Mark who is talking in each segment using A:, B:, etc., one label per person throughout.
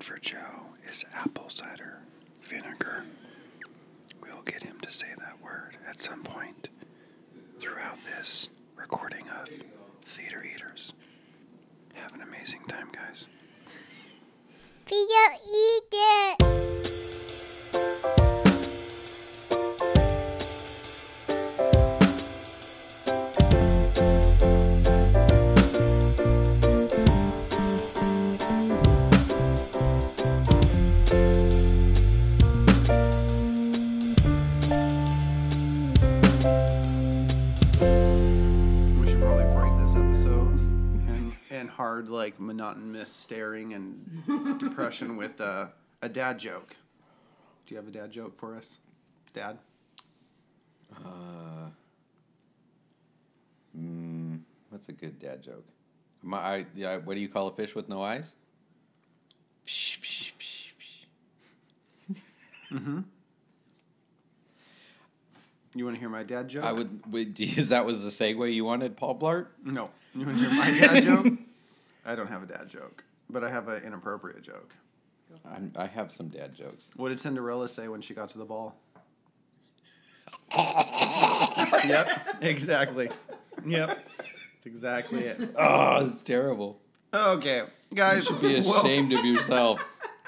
A: for Joe is apple cider vinegar. We'll get him to say that word at some point throughout this recording of Theater Eaters. Have an amazing time, guys.
B: Video eat it.
C: We should probably break this episode and, and hard, like monotonous staring and depression with uh, a dad joke. Do you have a dad joke for us, Dad?
D: Uh, mm, That's a good dad joke. My, I, yeah, what do you call a fish with no eyes?
C: You want to hear my dad joke?
D: I would. would is that was the segue you wanted, Paul Blart?
C: No. You want to hear my dad joke? I don't have a dad joke, but I have an inappropriate joke.
D: I'm, I have some dad jokes.
C: What did Cinderella say when she got to the ball? yep, exactly. Yep, that's exactly it.
D: Oh, it's terrible.
C: Okay, guys,
D: Be
C: Ah. well,
D: ashamed of yourself.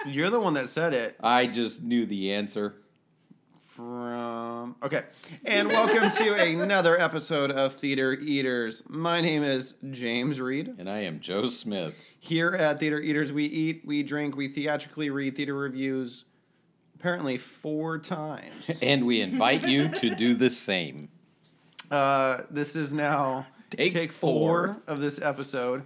C: you're the one that said it.
D: I just knew the answer.
C: from okay and welcome to another episode of theater eaters my name is james reed
D: And I am Joe Smith.
C: here at theater eaters we eat we drink we theatrically read theater reviews apparently four times
D: And we invite you to do the same.
C: uh, this is now
D: Take four.
C: of this episode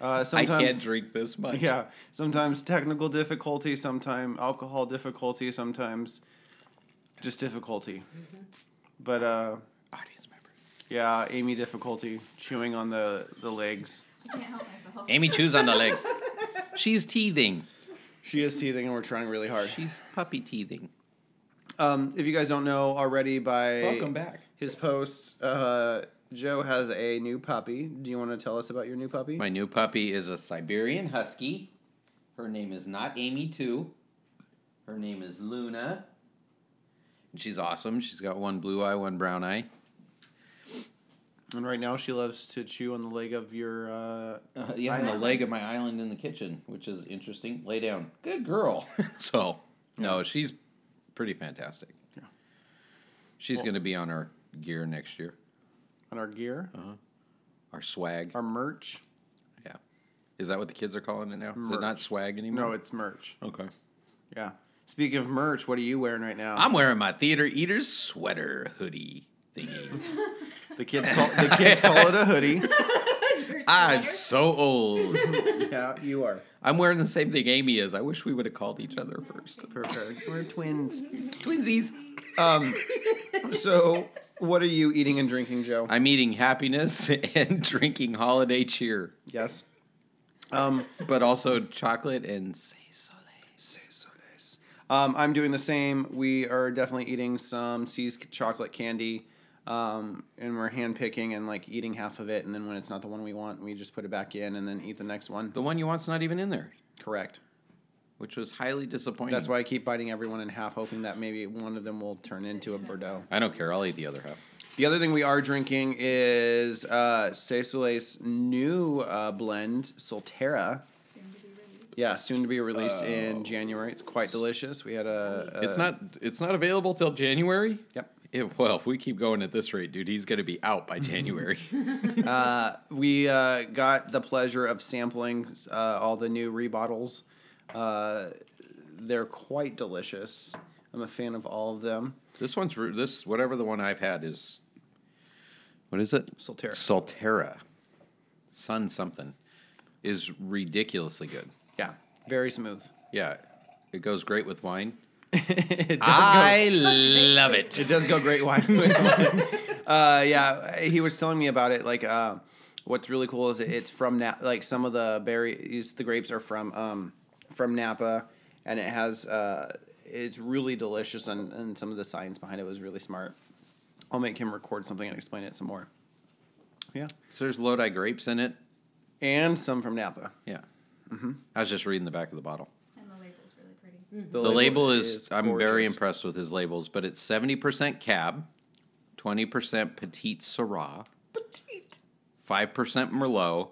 C: uh,
D: I
C: sometimes
D: can't drink this much.
C: yeah sometimes technical difficulty sometimes alcohol difficulty sometimes just difficulty
D: Mm-hmm.
C: but uh
D: Audience members.
C: Yeah, Amy difficulty chewing on the the legs.
E: can't help myself.
D: Amy chews on the legs. She's teething.
C: She is teething, and we're trying really hard.
D: She's puppy teething.
C: Um, if you guys don't know already by
D: Welcome back.
C: his posts, uh, Joe has a new puppy. Do you want to tell us about your new puppy?
D: My new puppy is a Siberian Husky. Her name is not Amy, too. Her name is Luna. And she's awesome. She's got one blue eye, one brown eye.
C: and right now, she loves to chew on the leg of your. Uh,
D: Uh, yeah, on the leg of my island in the kitchen, which is interesting. Lay down. Good girl. so, no, she's pretty fantastic.
C: Yeah.
D: She's going to be on our gear next year,
C: on our gear,
D: Uh-huh. our swag.
C: our merch.
D: yeah. Is that what the kids are calling it now? Is
C: Merch.
D: it not swag anymore?
C: No, it's merch.
D: Okay.
C: Yeah. Speaking of merch, what are you wearing right now?
D: I'm wearing my theater eater's sweater hoodie thingy.
C: the kids call the kids call it a hoodie.
D: I'm so old.
C: yeah, you are
D: I'm wearing the same thing Amy is. I wish we would have called each other first.
C: prepared. We're twins.
D: Twinsies.
C: Um, so what are you eating and drinking, Joe?
D: I'm eating happiness and drinking holiday cheer,
C: Yes. Um,
D: but also chocolate and sole.
C: um, I'm doing the same. We are definitely eating some C's chocolate candy, um, and we're hand picking and like eating half of it, and then when it's not the one we want, we just put it back in and then eat the next one.
D: The one you want's not even in there,
C: Correct.
D: which was highly disappointing.
C: That's why I keep biting everyone in half, hoping that maybe one of them will turn into a Bordeaux.
D: I don't care. I'll eat the other half.
C: The other thing we are drinking is uh, Cecile's new uh, blend, Solterra. Yeah, soon to be released in January. It's quite delicious. We had a. a
D: it's not. It's not available till January.
C: Uh, Yep.
D: It, well, if we keep going at this rate, dude, he's gonna be out by January.
C: Uh, we uh, got the pleasure of sampling uh, all the new rebottles. Uh, they're quite delicious. I'm a fan of all of them.
D: this one's re- this whatever the one I've had is. What is it?
C: Solterra.
D: Solterra, Sun something, is ridiculously good.
C: Yeah, very smooth.
D: Yeah, it goes great with wine.
C: it does
D: I love
C: It
D: it.
C: does go great wine. with wine. uh, yeah, he was telling me about it. Like, uh, what's really cool is it's from Na- like some of the berries, the grapes are from um, from Napa, and it has uh, it's really delicious, and, and some of the science behind it was really smart. I'll make him record something and explain it some more. Yeah,
D: So there's Lodi grapes in it.
C: and some from Napa. Mm-hmm.
D: Yeah. I was just reading the back of the bottle.
E: And the labels
D: The, label, is, I'm very
C: gorgeous.
D: impressed with his labels, but it's 70% cab, 20% petite syrah,
E: Petite.
D: 5% merlot,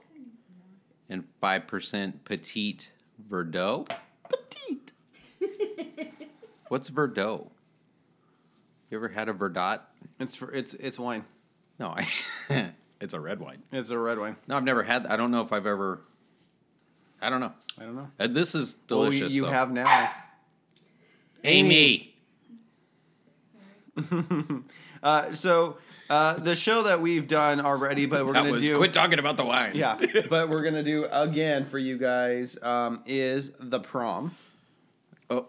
D: and 5% petite verdot.
E: Petite.
D: What's verdot? You ever had a verdot?
C: It's for, it's it's wine.
D: No, I It's a red wine.
C: It's a red wine.
D: No, I've never had I don't know if I've ever I don't know.
C: I don't know.
D: Uh, this is
C: Well,
D: delicious.
C: you, you
D: though.
C: have now.
D: Amy.
C: Uh, so uh, the show that we've done already, but we're
D: That
C: gonna
D: was
C: do
D: quit talking about the wine.
C: yeah, but we're gonna do again for you guys um, is the prom.
D: Oh,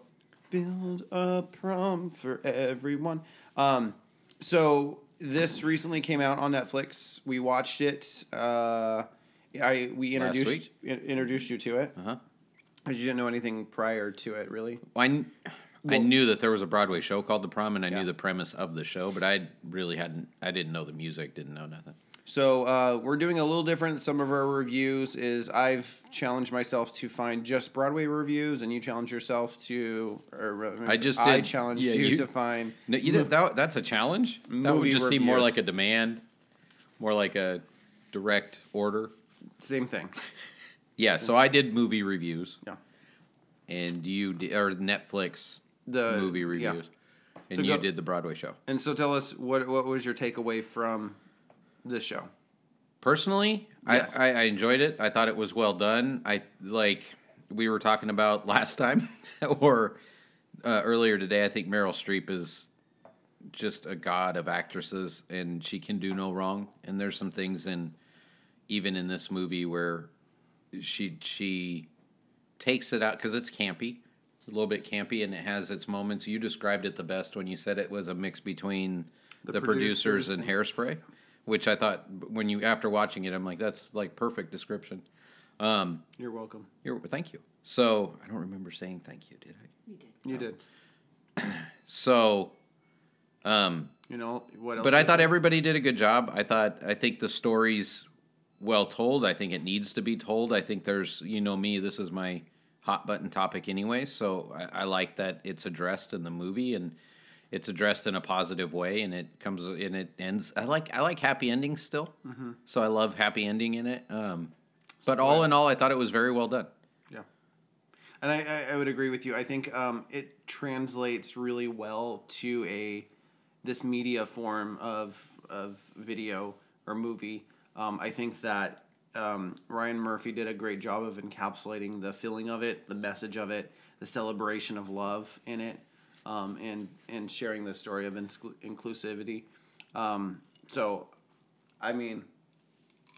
C: Build a prom for everyone. Um, so this recently came out on Netflix. We watched it. Uh, I we
D: Last
C: introduced in- introduced you to it
D: uh-huh.
C: because you didn't know anything prior to it, really.
D: Well, I, kn- I
C: Well-
D: knew that there was a Broadway show called The Prom, and I
C: Yeah.
D: knew the premise of the show, but I really hadn't. I didn't know the music. Didn't know nothing.
C: So uh, we're doing a little different. Some of our reviews is I've challenged myself to find just Broadway reviews, and you challenged yourself to. Or, uh,
D: I just
C: I
D: did-
C: challenged
D: yeah,
C: you,
D: you-
C: to find.
D: No, you didn't, that, that's a challenge. That would
C: Movie
D: just seem more
C: reviews.
D: like a demand, more like a direct order.
C: Same thing.
D: Yeah. So I did movie reviews,
C: Mm-hmm. Yeah.
D: and you did, or Netflix
C: The-
D: movie
C: yeah.
D: reviews, and
C: So
D: you
C: go-
D: did the Broadway show.
C: And so tell us what what was your takeaway from this show?
D: personally
C: Yes.
D: I, I, I enjoyed it i thought it was well done i like we were talking about last time or uh, earlier today i think meryl streep is just a god of actresses and she can do no wrong and there's some things in even in this movie where she she takes it out because it's campy it's a little bit campy and it has its moments you described it the best when you said it was a mix between the, producers,
C: producers
D: and hairspray which i thought when you after watching it i'm like that's like perfect description um
C: You're welcome.
D: you're, thank you so i don't remember saying thank you did i
E: You did.
C: You did.
D: so um
C: You know what else?
D: but I
C: was-
D: thought everybody did a good job. I thought I think the story's well told. I think it needs to be told. I think there's you know me. This is my hot button topic anyway. So I, I like that it's addressed in the movie and it's addressed in a positive way and it comes and it ends. I like I like happy endings still.
C: Mm-hmm.
D: So I love happy ending in it. Um, but all in all, I thought it was very well done.
C: Yeah. And I, I, I would agree with you. I think um, it translates really well to a this media form of of video or movie. Um, I think that um, Ryan Murphy did a great job of encapsulating the feeling of it, the message of it, the celebration of love in it, um, and and sharing the story of insclu- inclusivity. Um, so, I mean,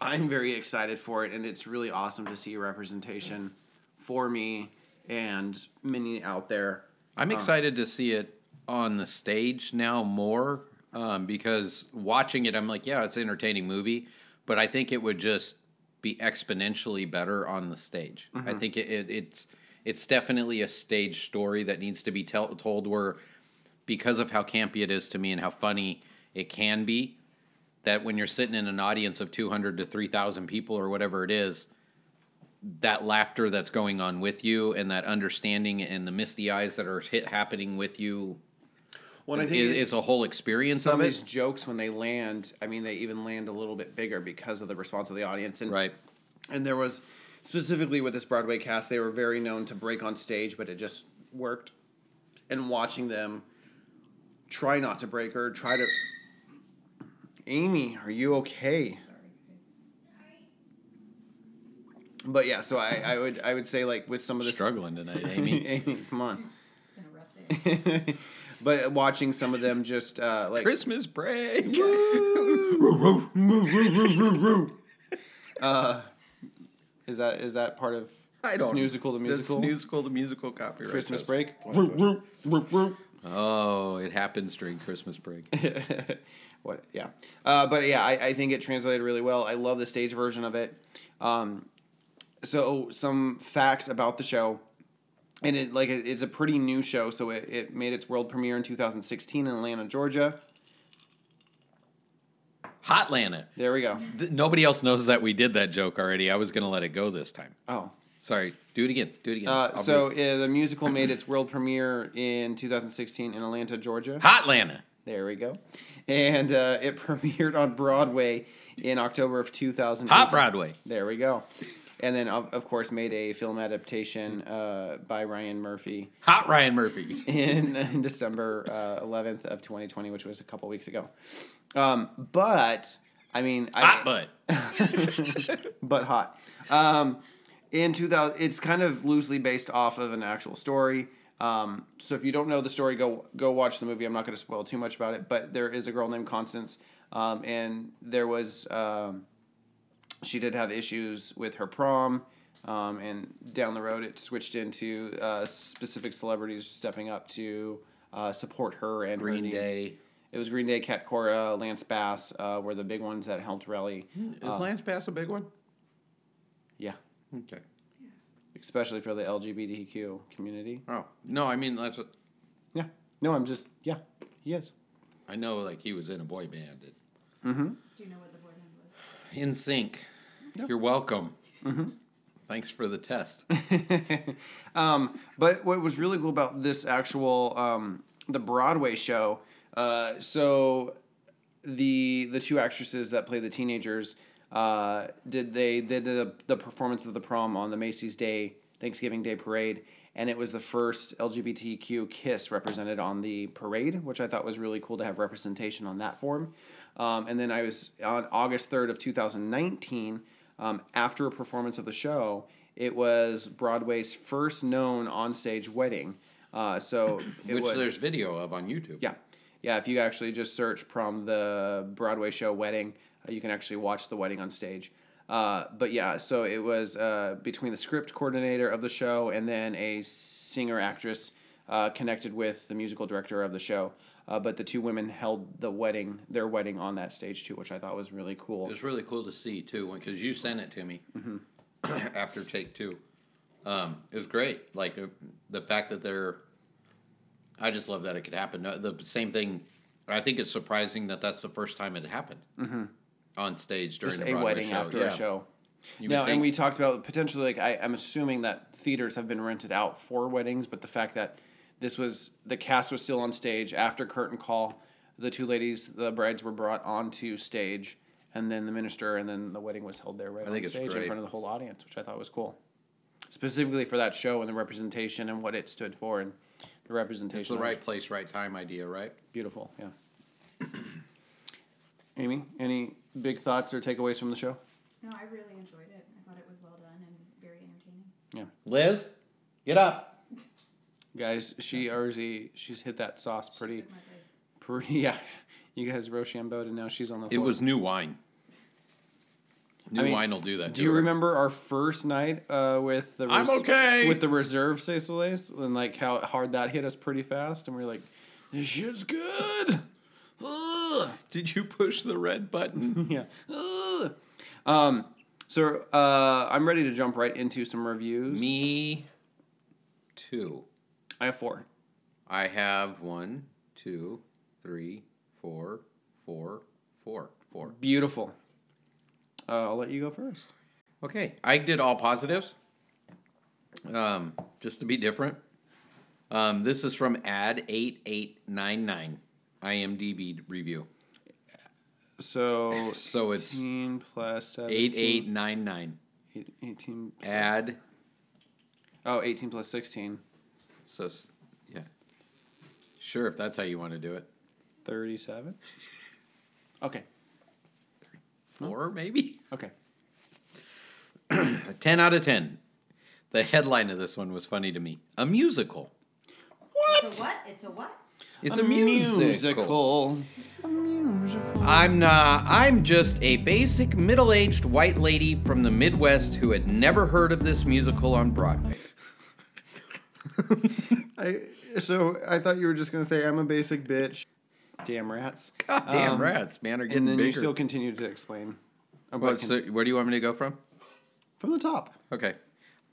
C: I'm very excited for it, and it's really awesome to see representation for me and many out there.
D: I'm excited to see it on the stage now more um, because watching it, I'm like, yeah, it's an entertaining movie, but I think it would just be exponentially better on the stage. I think it, it, it's it's definitely a stage story that needs to be tell, told. Where because of how campy it is to me and how funny it can be, that when you're sitting in an audience of 200 to 3,000 people or whatever it is, that laughter that's going on with you and that understanding and the misty eyes that are hit happening with you
C: When I think
D: is,
C: it-
D: is a whole experience
C: some
D: of
C: of
D: it.
C: these jokes when they land, I mean, they even land a little bit bigger because of the response of the audience. And
D: right.
C: and there was specifically with this Broadway cast, they were very known to break on stage, but it just worked. And watching them try not to break her, try to. Amy, are you okay? But yeah, so I, I would I would say like with some of this
D: Struggling tonight, Amy.
C: Amy, come on.
E: It's been a rough day.
C: but watching some of them just uh, like
D: Christmas break.
C: uh, is that is that part of Snoozical the musical
D: Snoozical the musical copyright.
C: Christmas
D: Trust.
C: break?
D: Oh, it happens during Christmas break.
C: what? Yeah, uh, but yeah, I, I think it translated really well. I love the stage version of it. Um, so some facts about the show, and it like it- it's a pretty new show, so it, it made its world premiere in 2016 in Atlanta, Georgia.
D: Hot Lana.
C: There we go.
D: Th- Nobody else knows that we did that joke already. I was going to let it go this time.
C: Oh,
D: Sorry. Do it again. Do it again.
C: Uh,
D: I'll
C: so
D: be-
C: uh, the musical made its world premiere in 2016 in Atlanta, Georgia.
D: Hot Lana.
C: There we go. And uh, it premiered on Broadway in October of 2000.
D: Hot Broadway.
C: There we go. And then, of, of course, made a film adaptation uh, by Ryan Murphy
D: Hot Ryan Murphy.
C: in, in December uh, 11th of 2020, which was a couple weeks ago. Um, but I mean,
D: Hot
C: I,
D: butt.
C: but hot. Um, in 2000, it's kind of loosely based off of an actual story. Um, so if you don't know the story, go go watch the movie. I'm not going to spoil too much about it, but there is a girl named Constance, um, and there was um, she did have issues with her prom, um, and down the road it switched into uh, specific celebrities stepping up to uh, support her and her
D: Green
C: needs.
D: Day.
C: It was Green Day, Cat Cora, Lance Bass uh, were the big ones that helped rally.
D: Is Lance Bass a big one?
C: Yeah.
D: Okay.
C: especially for the LGBTQ community.
D: Oh no, I mean that's. What,
C: Yeah. No, I'm just yeah. He is.
D: I know, like he was in a boy band. It,
E: Do you know what the board member was?
D: in sync. You're welcome.
C: Mm-hmm.
D: Thanks for the test.
C: um, but what was really cool about this actual um, the Broadway show? Uh, so the the two actresses that play the teenagers uh, did they, they did the, the performance of the prom on the Macy's Day Thanksgiving Day Parade, and it was the first LGBTQ kiss represented on the parade, which I thought was really cool to have representation on that form. Um, and then I was on August third of two thousand nineteen. Um, after a performance of the show, it was Broadway's first known onstage wedding. Uh, so it
D: Which
C: was,
D: there's video of on YouTube.
C: yeah. Yeah, if you actually just search prom the Broadway show wedding, uh, you can actually watch the wedding on stage. Uh, but yeah, so it was uh, between the script coordinator of the show and then a singer actress uh, connected with the musical director of the show. Uh, but the two women held the wedding, their wedding on that stage too, which I thought was really cool.
D: It was really cool to see too, because you sent it to me
C: Mm-hmm.
D: after take two. Um, it was great. Like uh, the fact that they're, I just love that it could happen. Uh, The same thing. I think it's surprising that that's the first time it happened on stage during
C: Mm-hmm. Just
D: a,
C: a
D: Broadway
C: wedding
D: show.
C: after
D: yeah.
C: a show.
D: You would
C: no, and
D: think-
C: we talked about potentially like I, I'm assuming that theaters have been rented out for weddings, but the fact that this was the cast was still on stage after curtain call, the two ladies, the brides were brought onto stage, and then the minister, and then the wedding was held there right
D: I think
C: on
D: it's
C: stage in
D: great.
C: front of the whole audience, which I thought was cool, specifically for that show and the representation and what it stood for and the representation.
D: It's the
C: of it.
D: right place, right time idea, right?
C: Beautiful, yeah. Amy, any big thoughts or takeaways from the show?
E: No, I really enjoyed it. I thought it was well done and very entertaining.
C: Yeah.
D: Liz, get up.
C: Guys, she already she's hit that sauce pretty,
E: Took my place.
C: pretty. Yeah, you guys Rochambeau'd, and now she's on the.
D: It
C: floor.
D: was new wine. New
C: mean,
D: wine will do that.
C: Do
D: to
C: you
D: her.
C: remember our first night uh, with the?
D: I'm okay.
C: with the reserve Says Lace, and like how hard that hit us pretty fast, and we were like, "This shit's good." Ugh.
D: Did you push the red button?
C: Yeah. Ugh. Um. So uh, I'm ready to jump right into some reviews.
D: Me too.
C: I have four.
D: I have one, two, three, four, four, four, four.
C: Beautiful. Uh, I'll let you go first.
D: Okay. I did all positives. Um, just to be different. Um, this is from ad eight eight nine nine IMDB review.
C: So.
D: So it's
C: 18 plus 17.
D: eight eight nine nine.
C: Eight- 18
D: Ad
C: Oh, 18 plus 16,
D: so s- yeah. Sure, if that's how you want to do it.
C: 37. Okay.
D: Four maybe?
C: Okay.
D: A 10 out of 10. The headline of this one was funny to me. A musical.
F: It's a what? It's a what?
D: It's a, musical.
C: musical.
D: I'm not I'm just a basic middle-aged white lady from the Midwest who had never heard of this musical on Broadway.
C: I, so I thought you were just going to say, I'm a basic bitch. Damn rats.
D: God damn rats, man, are Oh. getting
C: Um, And then
D: bigger.
C: you still continue to explain. about
D: What,
C: con-
D: so where do you want me to go from?
C: from the top.
D: Okay.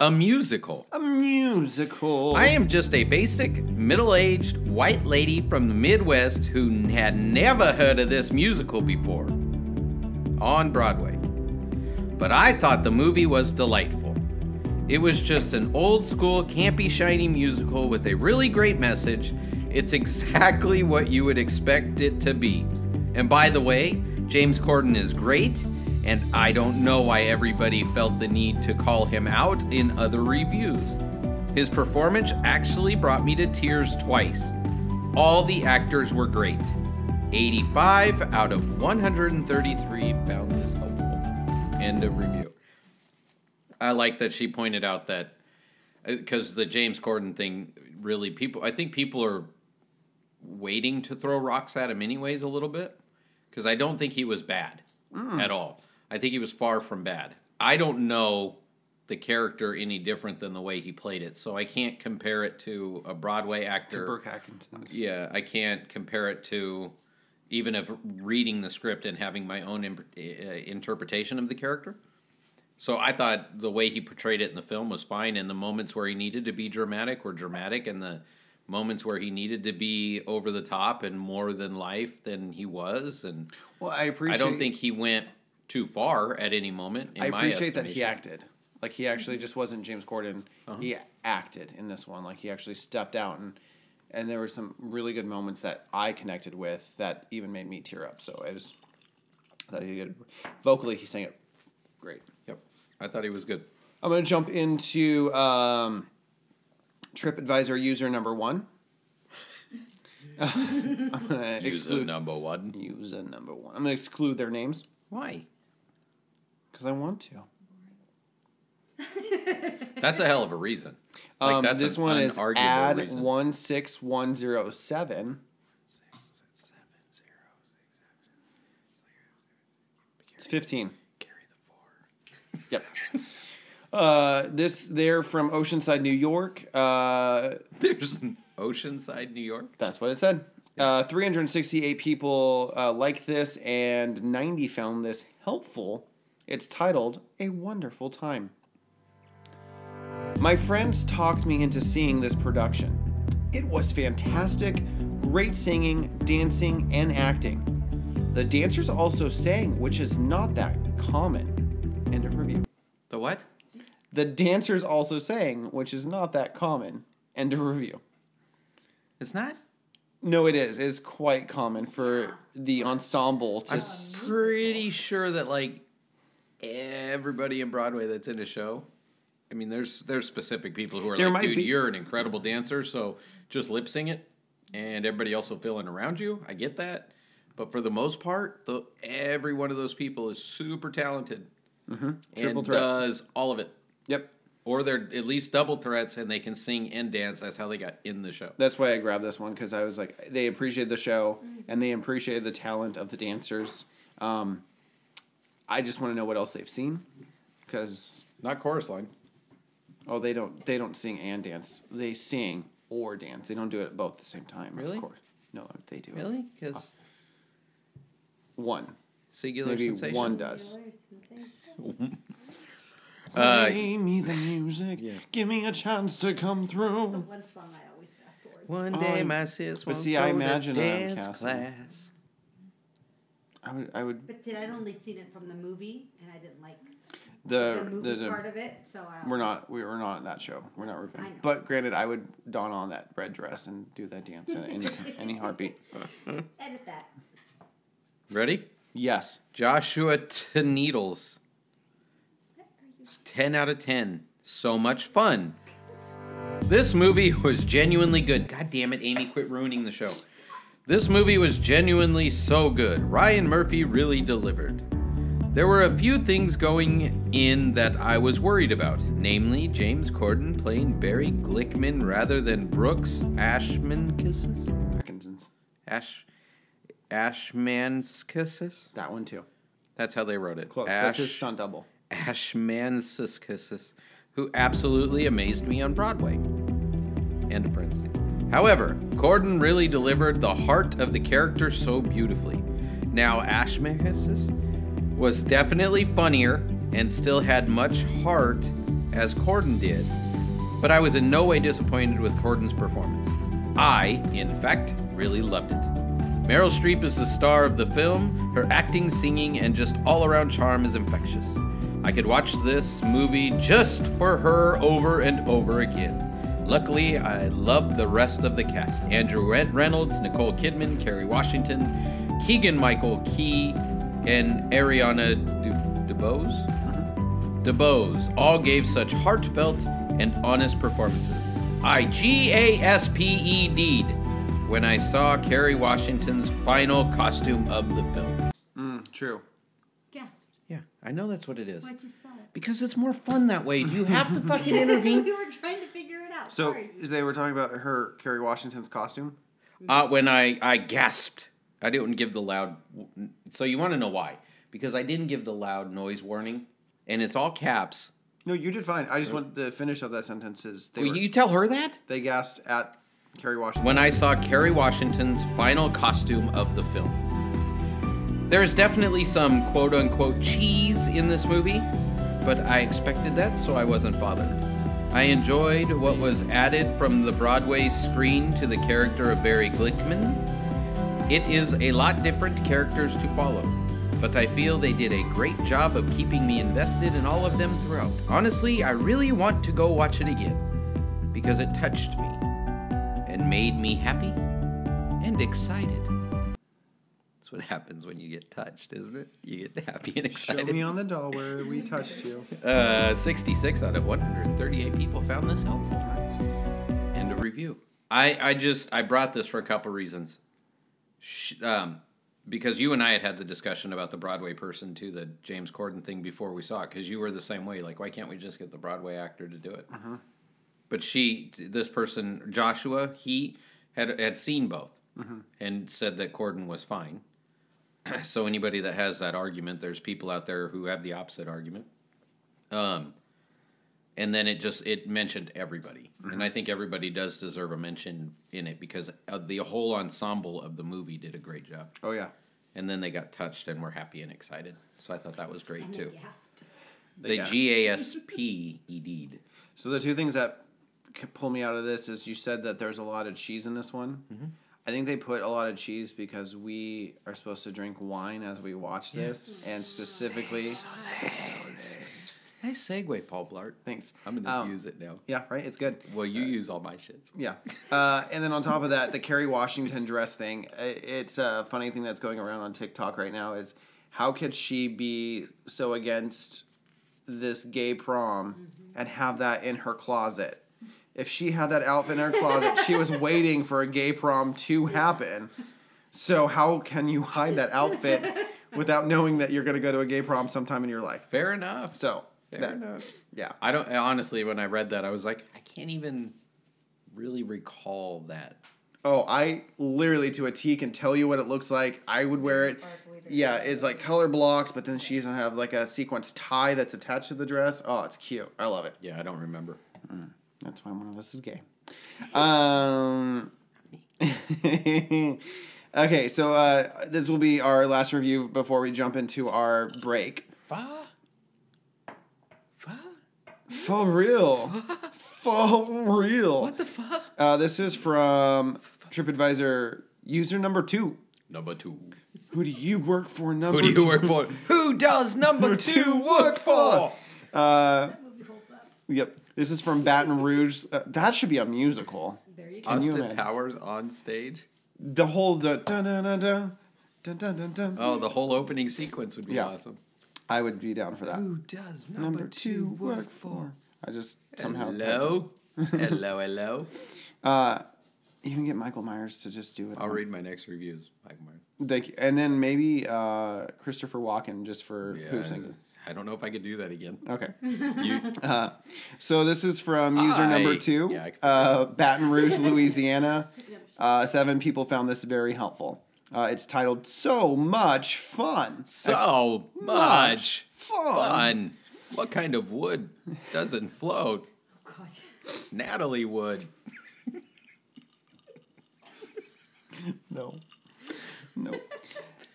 D: A musical.
C: A musical.
D: I am just a basic middle aged white lady from the Midwest who n- had never heard of this musical before on Broadway. But I thought the movie was delightful. It was just an old school, campy, shiny musical with a really great message. It's exactly what you would expect it to be. And by the way, James Corden is great, and I don't know why everybody felt the need to call him out in other reviews. His performance actually brought me to tears twice. All the actors were great. 85 out of 133 found this helpful. End of review. I like that she pointed out that because the James Corden thing really people I think people are waiting to throw rocks at him anyways a little bit because I don't think he was bad at all. I think he was far from bad. I don't know the character any different than the way he played it, so I can't compare it to a Broadway actor.
C: Brooke Hackinson.
D: Yeah, I can't compare it to even of reading the script and having my own imp- uh, interpretation of the character. So I thought the way he portrayed it in the film was fine, and the moments where he needed to be dramatic were dramatic, and the moments where he needed to be over the top and more than life than he was, and
C: Well, I
D: I
C: appreciate.
D: don't think he went too far at any moment. In
C: I
D: my
C: appreciate that he
D: estimation. Uh-huh.
C: acted. Like he actually just wasn't James Corden. He acted in this one. Like he actually stepped out and and there were some really good moments that I connected with that even made me tear up. So it was that he did vocally he sang it great.
D: Yep, I thought he was good.
C: I'm gonna jump into um, TripAdvisor user number one. I'm gonna
D: Exclude
C: exclude
D: number one.
C: user number one. I'm gonna exclude their names
D: Why?
C: because I want to.
D: That's a hell of a reason. Like,
C: Um,
D: that's
C: this
D: an
C: one is
D: unarguable
C: ad
D: reason.
C: one six one zero seven. It's fifteen. Yep. Uh, this they're from Oceanside, New York. Uh,
D: There's Oceanside, New York.
C: that's what it said. Uh, 368 people uh, like this, and 90 found this helpful. It's titled A Wonderful Time. My friends talked me into seeing this production. It was fantastic, great singing, dancing, and acting. The dancers also sang, which is not that common. End of review.
D: The what?
C: The dancers also sang, which is not that common. End of review.
D: It's not.
C: No, it is. It's quite common for the ensemble to.
D: I'm
C: s-
D: pretty sure that like everybody in Broadway that's in a show. I mean, there's there's specific people who are
C: There might
D: like, dude,
C: be-
D: you're an incredible dancer, so just lip sing it, and everybody else will fill in around you. I get that, but for the most part, the, every one of those people is super talented
C: Mm-hmm. Triple
D: and
C: threats.
D: does all of it,
C: Yep,
D: or they're at least double threats, and they can sing and dance. That's how they got in the show.
C: that's why I grabbed this one because I was like, they appreciate the show
F: Mm.
C: and they appreciate the talent of the dancers. Um, I just want to know what else they've seen because
D: Not chorus line.
C: oh, they don't they don't sing and dance. They sing or dance. They don't do it both at the same time.
D: Really?
C: Of course. No, they do. it.
D: Really? Because
C: One.
D: singular
C: Maybe
D: sensation.
C: one does.
D: Uh,
C: Play me the music. Give me a chance to come through.
F: The one song I always fast forward.
D: One
C: Oh,
D: day
C: and-
D: my sis
C: but
D: won't
C: see,
D: go
C: I
D: to
C: imagine I'm
D: dance
C: Cassie.
D: class.
C: I would. I would.
F: But see, I'd only seen it from the movie, and I didn't like the,
C: The
F: movie
C: Uh, the, the
F: part of it, so I.
C: We're not we we're not that show. We're not ripping.
F: I know.
C: But granted, I would don on that red dress and do that dance in any any heartbeat.
F: Edit that.
D: Ready?
C: Yes.
D: Joshua T. Needles. It's 10 out of 10. So much fun. This movie was genuinely good. God damn it, Amy, quit ruining the show. This movie was genuinely so good. Ryan Murphy really delivered. There were a few things going in that I was worried about, namely James Corden playing Barry Glickman rather than Brooks Ashman Kisses?
C: Atkinson's.
D: Ash Ashman's Kisses?
C: That one too.
D: That's how they wrote it.
C: Close.
D: Ash,
C: That's his stunt double.
D: Ashmansiskis, who absolutely amazed me on Broadway. End of parentheses. However, Corden really delivered the heart of the character so beautifully. Now, Ashmansis was definitely funnier and still had much heart as Corden did, but I was in no way disappointed with Corden's performance. I, in fact, really loved it. Meryl Streep is the star of the film. Her acting, singing, and just all around charm is infectious. I could watch this movie just for her over and over again. Luckily, I loved the rest of the cast Andrew Rent Reynolds, Nicole Kidman, Kerry Washington, Keegan Michael Key, and Ariana Du- DeBose? DeBose all gave such heartfelt and honest performances. I G A S P E D when I saw Kerry Washington's final costume of the film.
C: Mm, true.
F: Gasped.
D: Yeah, I know that's what it is.
F: Why'd you spell it?
D: Because it's more fun that way. Do you have to fucking intervene?
F: you were trying to figure it out.
C: So
F: Sorry.
C: they were talking about her Carrie Washington's costume.
D: Uh, when I, I gasped, I didn't give the loud. So you want to know why? Because I didn't give the loud noise warning, and it's all caps.
C: No, you did fine. I just want the finish of that sentence is they,
D: Will
C: were-
D: you tell her that?
C: they gasped at Carrie Washington.
D: when I saw Kerry Washington's final costume of the film. There is definitely some quote unquote cheese in this movie, but I expected that, so I wasn't bothered. I enjoyed what was added from the Broadway screen to the character of Barry Glickman. It is a lot different characters to follow, but I feel they did a great job of keeping me invested in all of them throughout. Honestly, I really want to go watch it again because it touched me and made me happy and excited. That's what happens when you get touched, isn't it? You get happy and
C: Show
D: excited.
C: me on the doll where we touched you.
D: Uh, 66 out of 138 people found this helpful. End of review. I, I just, I brought this for a couple reasons. Sh- um, because you and I had had the discussion about the Broadway person to the James Corden thing before we saw it, because you were the same way. Like, why can't we just get the Broadway actor to do it?
C: Mm-hmm.
D: But she, this person, Joshua, he had had seen both and said that Corden was fine. so anybody that has that argument, there's people out there who have the opposite argument. Um, and then it just it mentioned everybody, and I think everybody does deserve a mention in it because uh, the whole ensemble of the movie did a great job.
C: Oh yeah,
D: And then they got touched and were happy and excited. So I thought that was great
F: and
D: too.
F: then gasped.
D: The
C: got-
D: G A S P E D.
C: So the two things that c- pull me out of this is you said that there's a lot of cheese in this one. I think they put a lot of cheese because we are supposed to drink wine as we watch this, and specifically,
D: Nice segue, Paul Blart.
C: thanks.
D: I'm gonna
C: Um,
D: use it now.
C: Yeah, right. It's good.
D: Well, you use all my shits.
C: Yeah. Uh, and then on top of that, the Kerry Washington dress thing. i- It's a funny thing that's going around on TikTok right now is how could she be so against this gay prom and have that in her closet? If she had that outfit in her closet, she was waiting for a gay prom to happen. So how can you hide that outfit without knowing that you're going to go to a gay prom sometime in your life?
D: Fair enough.
C: So,
D: Fair
C: that-
D: enough.
C: yeah.
D: I don't honestly. When I read that, I was like, I can't even really recall that.
C: Oh, I literally to a T can tell you what it looks like. I would wear it. Yeah, it's like color blocked, but then she doesn't have like a sequence tie that's attached to the dress. Oh, it's cute. I love it.
D: Yeah, I don't remember.
C: That's why one of us is gay. Um. okay, so uh, this will be our last review before we jump into our break.
D: Fa, fa,
C: For real. For real.
D: the fuck?
C: Uh, this is from TripAdvisor user number two.
D: Number two.
C: Who do you work for? Number
D: Who do
C: two?
D: you work for? Who does number two work for?
C: Uh,
F: That movie holds up.
C: yep. This is from Baton Rouge. Uh, that should be a musical.
F: There you go.
C: Can you
D: Austin
C: imagine?
D: Powers on stage.
C: The whole the dun dun dun dun dun dun dun. dun.
D: Oh, the whole opening sequence would be
C: Yeah.
D: awesome.
C: I would be down for that.
D: does
C: Number two, work for. I just somehow. typed it.
D: Hello, hello, hello.
C: Uh, you can get Michael Myers to just do it.
D: I'll read my next reviews. Mike Myers.
C: Thank you. And then maybe uh, Christopher Walken just for
D: Yeah,
C: poop singing.
D: I don't know if I could do that again.
C: Okay.
D: You,
C: So this is from user
D: I-
C: number two,
D: yeah, I can-
C: uh, Baton Rouge, Louisiana. Uh, seven people found this very helpful. Uh, it's titled "So Much Fun."
D: so much
C: fun.
D: fun. What kind of wood doesn't float?
F: Oh, God.
D: Natalie Wood.
C: No, no.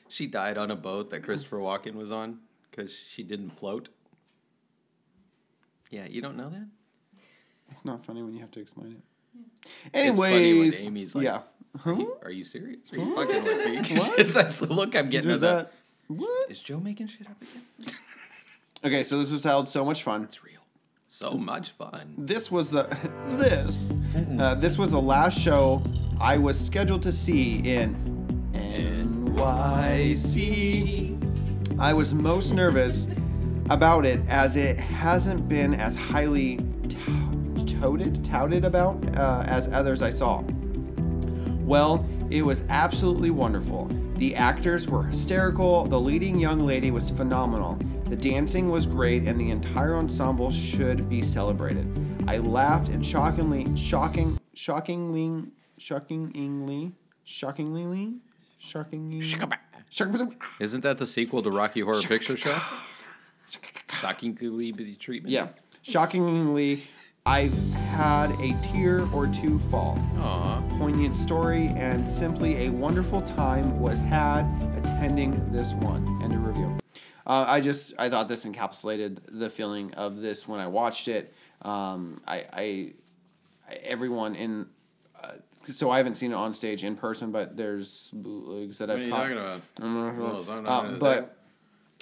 D: She died on a boat that Christopher Walken was on because she didn't float. Yeah, you don't know that?
C: It's not funny when you have to explain it.
D: It's
C: Anyways,
D: funny when Amy's like,
C: yeah.
D: Are you,
C: Hmm?
D: are you serious? Are you fucking with me? Just- That's the look I'm getting.
C: Was
D: of that.
C: that what?
D: Is Joe making shit up again?
C: Okay, so this was held so much fun.
D: It's real. So much fun.
C: This was the this uh, this was the last show I was scheduled to see in NYC. I was most nervous about it as it hasn't been as highly to- touted touted about uh, as others I saw. Well, it was absolutely wonderful. The actors were hysterical, the leading young lady was phenomenal, the dancing was great, and the entire ensemble should be celebrated. I laughed and shockingly, shocking, shockingly, shockingly, shockingly, shockingly, shockingly.
D: Isn't that the sequel to Rocky Horror Picture Show? Shockingly the treatment.
C: Yeah. Shockingly, I've had a tear or two fall.
D: Aw.
C: poignant story, and simply a wonderful time was had attending this one. End of review. Uh, I just I thought this encapsulated the feeling of this when I watched it. Um, I, I, I everyone in. Uh, so I haven't seen it on stage in person, but there's bootlegs that
D: What
C: I've
D: are you
C: caught.
D: talking about? Those aren't
C: Uh,
D: on it.
C: but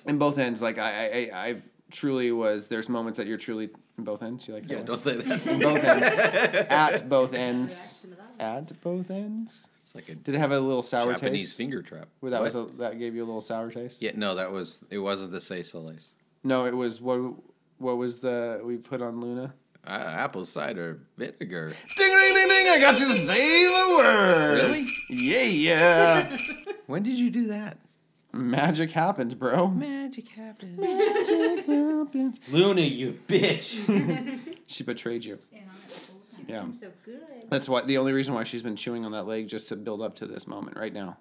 C: in both ends, like I, I, I I've truly was. There's moments that you're truly in both ends. You like that
D: yeah,
C: one?
D: don't say
C: In
D: that.
C: both ends. At both ends.
F: Reaction to that.
C: At both ends.
D: it's like a
C: Did it have a little sour
D: Japanese
C: taste?
D: finger trap.
C: Well, that was
D: What?
C: a, that gave you a little sour taste.
D: yeah, no, that was it. Wasn't the say solace.
C: No, it was what what was the we put on Luna?
D: Uh, apple cider vinegar.
C: Ding ding ding ding! I got to say the word.
D: Really?
C: Yeah yeah.
D: When did you do that?
C: Magic happens, bro.
D: Magic happened.
C: Magic happens.
G: Luna, you bitch.
C: She betrayed you.
E: And I'm at Apple's.
C: Yeah.
F: So good.
C: That's why the only reason why she's been chewing on that leg just to build up to this moment right now.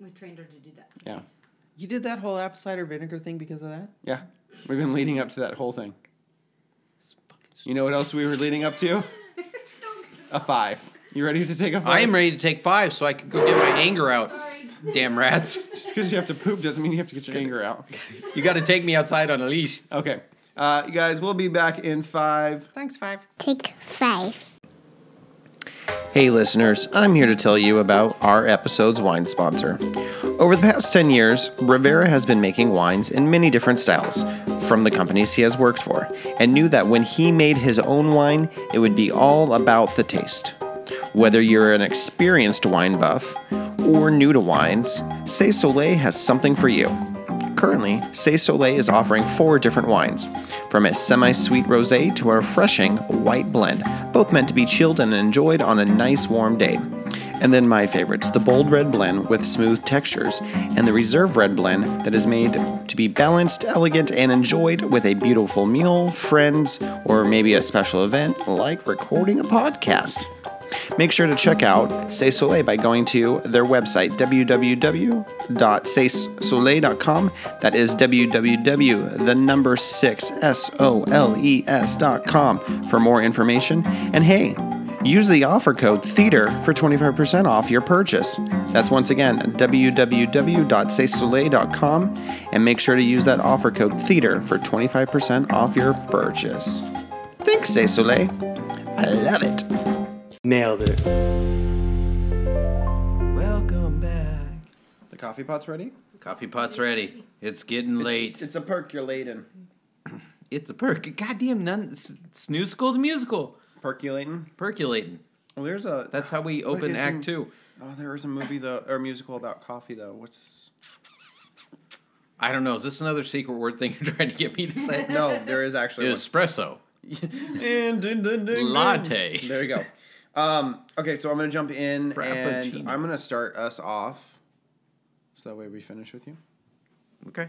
F: We trained her to do that.
C: Yeah.
G: You did that whole apple cider vinegar thing because of that?
C: Yeah. We've been leading up to that whole thing. You know what else we were leading up to? A five. You ready to take a five?
D: I am ready to take five, so I can go get my anger out. Damn rats!
C: Just because you have to poop doesn't mean you have to get your anger out.
D: You got to take me outside on a leash.
C: Okay. Uh, you guys, we'll be back in five.
G: Thanks, Five.
B: Take five.
C: Hey, listeners, I'm here to tell you about our episode's wine sponsor. Over the past 10 years, Rivera has been making wines in many different styles from the companies he has worked for, and knew that when he made his own wine, it would be all about the taste. Whether you're an experienced wine buff or new to wines, Say Soleil has something for you. Currently, Say Soleil is offering four different wines, from a semi sweet rose to a refreshing white blend, both meant to be chilled and enjoyed on a nice warm day. And then my favorites the bold red blend with smooth textures, and the reserve red blend that is made to be balanced, elegant, and enjoyed with a beautiful meal, friends, or maybe a special event like recording a podcast. Make sure to check out Say Soleil by going to their website, www.saysoleil.com. That is www, the number six, S O L E S.com for more information. And hey, use the offer code THEATER for 25% off your purchase. That's once again www.saysoleil.com. And make sure to use that offer code THEATER for 25% off your purchase. Thanks, Say Soleil. I love it.
G: Nailed it.
D: Welcome back.
C: The coffee pot's ready?
D: Coffee pot's ready. It's getting late.
C: It's, it's a percolating.
D: It's a perk. Goddamn, none. s- Snooze School the Musical.
C: Percolating?
D: Percolating.
C: Well, there's a.
D: That's how we
C: What
D: open
C: is in-
D: Act Two.
C: Oh, there is a movie, though, or musical about coffee, though. What's.
D: I don't know. Is this another secret word thing you're trying to get me to say?
C: No, there is actually one.
D: Espresso.
C: And ding, ding, ding, ding.
D: Latte.
C: There you go. Um, okay, so I'm going to jump in and
D: Frappuccino.
C: I'm going to start us off. So that way we finish with you.
D: Okay.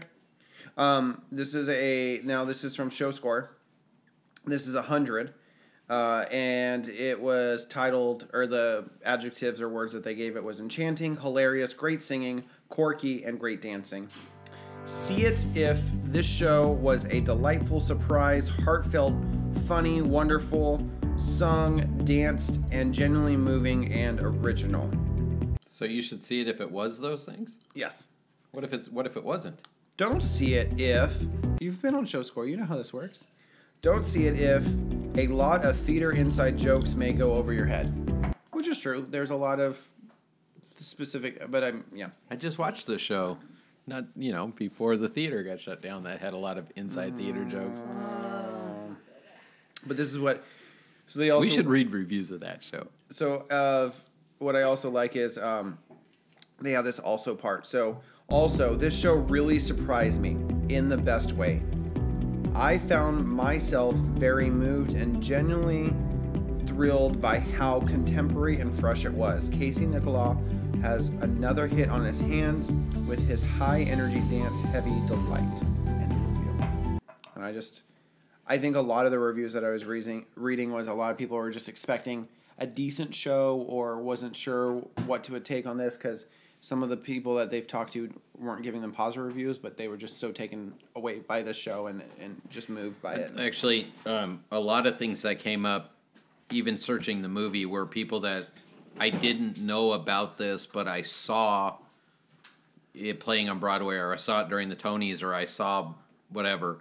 C: Um, this is a now. This is from Show Score. This is a hundred, uh, and it was titled, or the adjectives or words that they gave it was enchanting, hilarious, great singing, quirky, and great dancing. See it if this show was a delightful surprise, heartfelt, funny, wonderful, sung, danced, and genuinely moving and original.
D: So you should see it if it was those things.
C: Yes.
D: What if it's? What if it wasn't?
C: Don't see it if you've been on show score, you know how this works. Don't see it if a lot of theater inside jokes may go over your head. Which is true. There's a lot of specific but I'm yeah.
D: I just watched the show. Not you know before the theater got shut down, that had a lot of inside theater jokes.
C: Mm. But this is what. So they also
D: we should read reviews of that show.
C: so of what I also like is um, they have this also part. So also this show really surprised me in the best way. I found myself very moved and genuinely thrilled by how contemporary and fresh it was. Casey Nicola has another hit on his hands with his high energy dance heavy delight and review. And I just I think a lot of the reviews that I was reading reading was a lot of people were just expecting a decent show or wasn't sure what to take on this because some of the people that they've talked to weren't giving them positive reviews, but they were just so taken away by the show and and just moved by it.
D: Actually, um, a lot of things that came up, even searching the movie, were people that I didn't know about this, but I saw it playing on Broadway, or I saw it during the Tonys, or I saw whatever,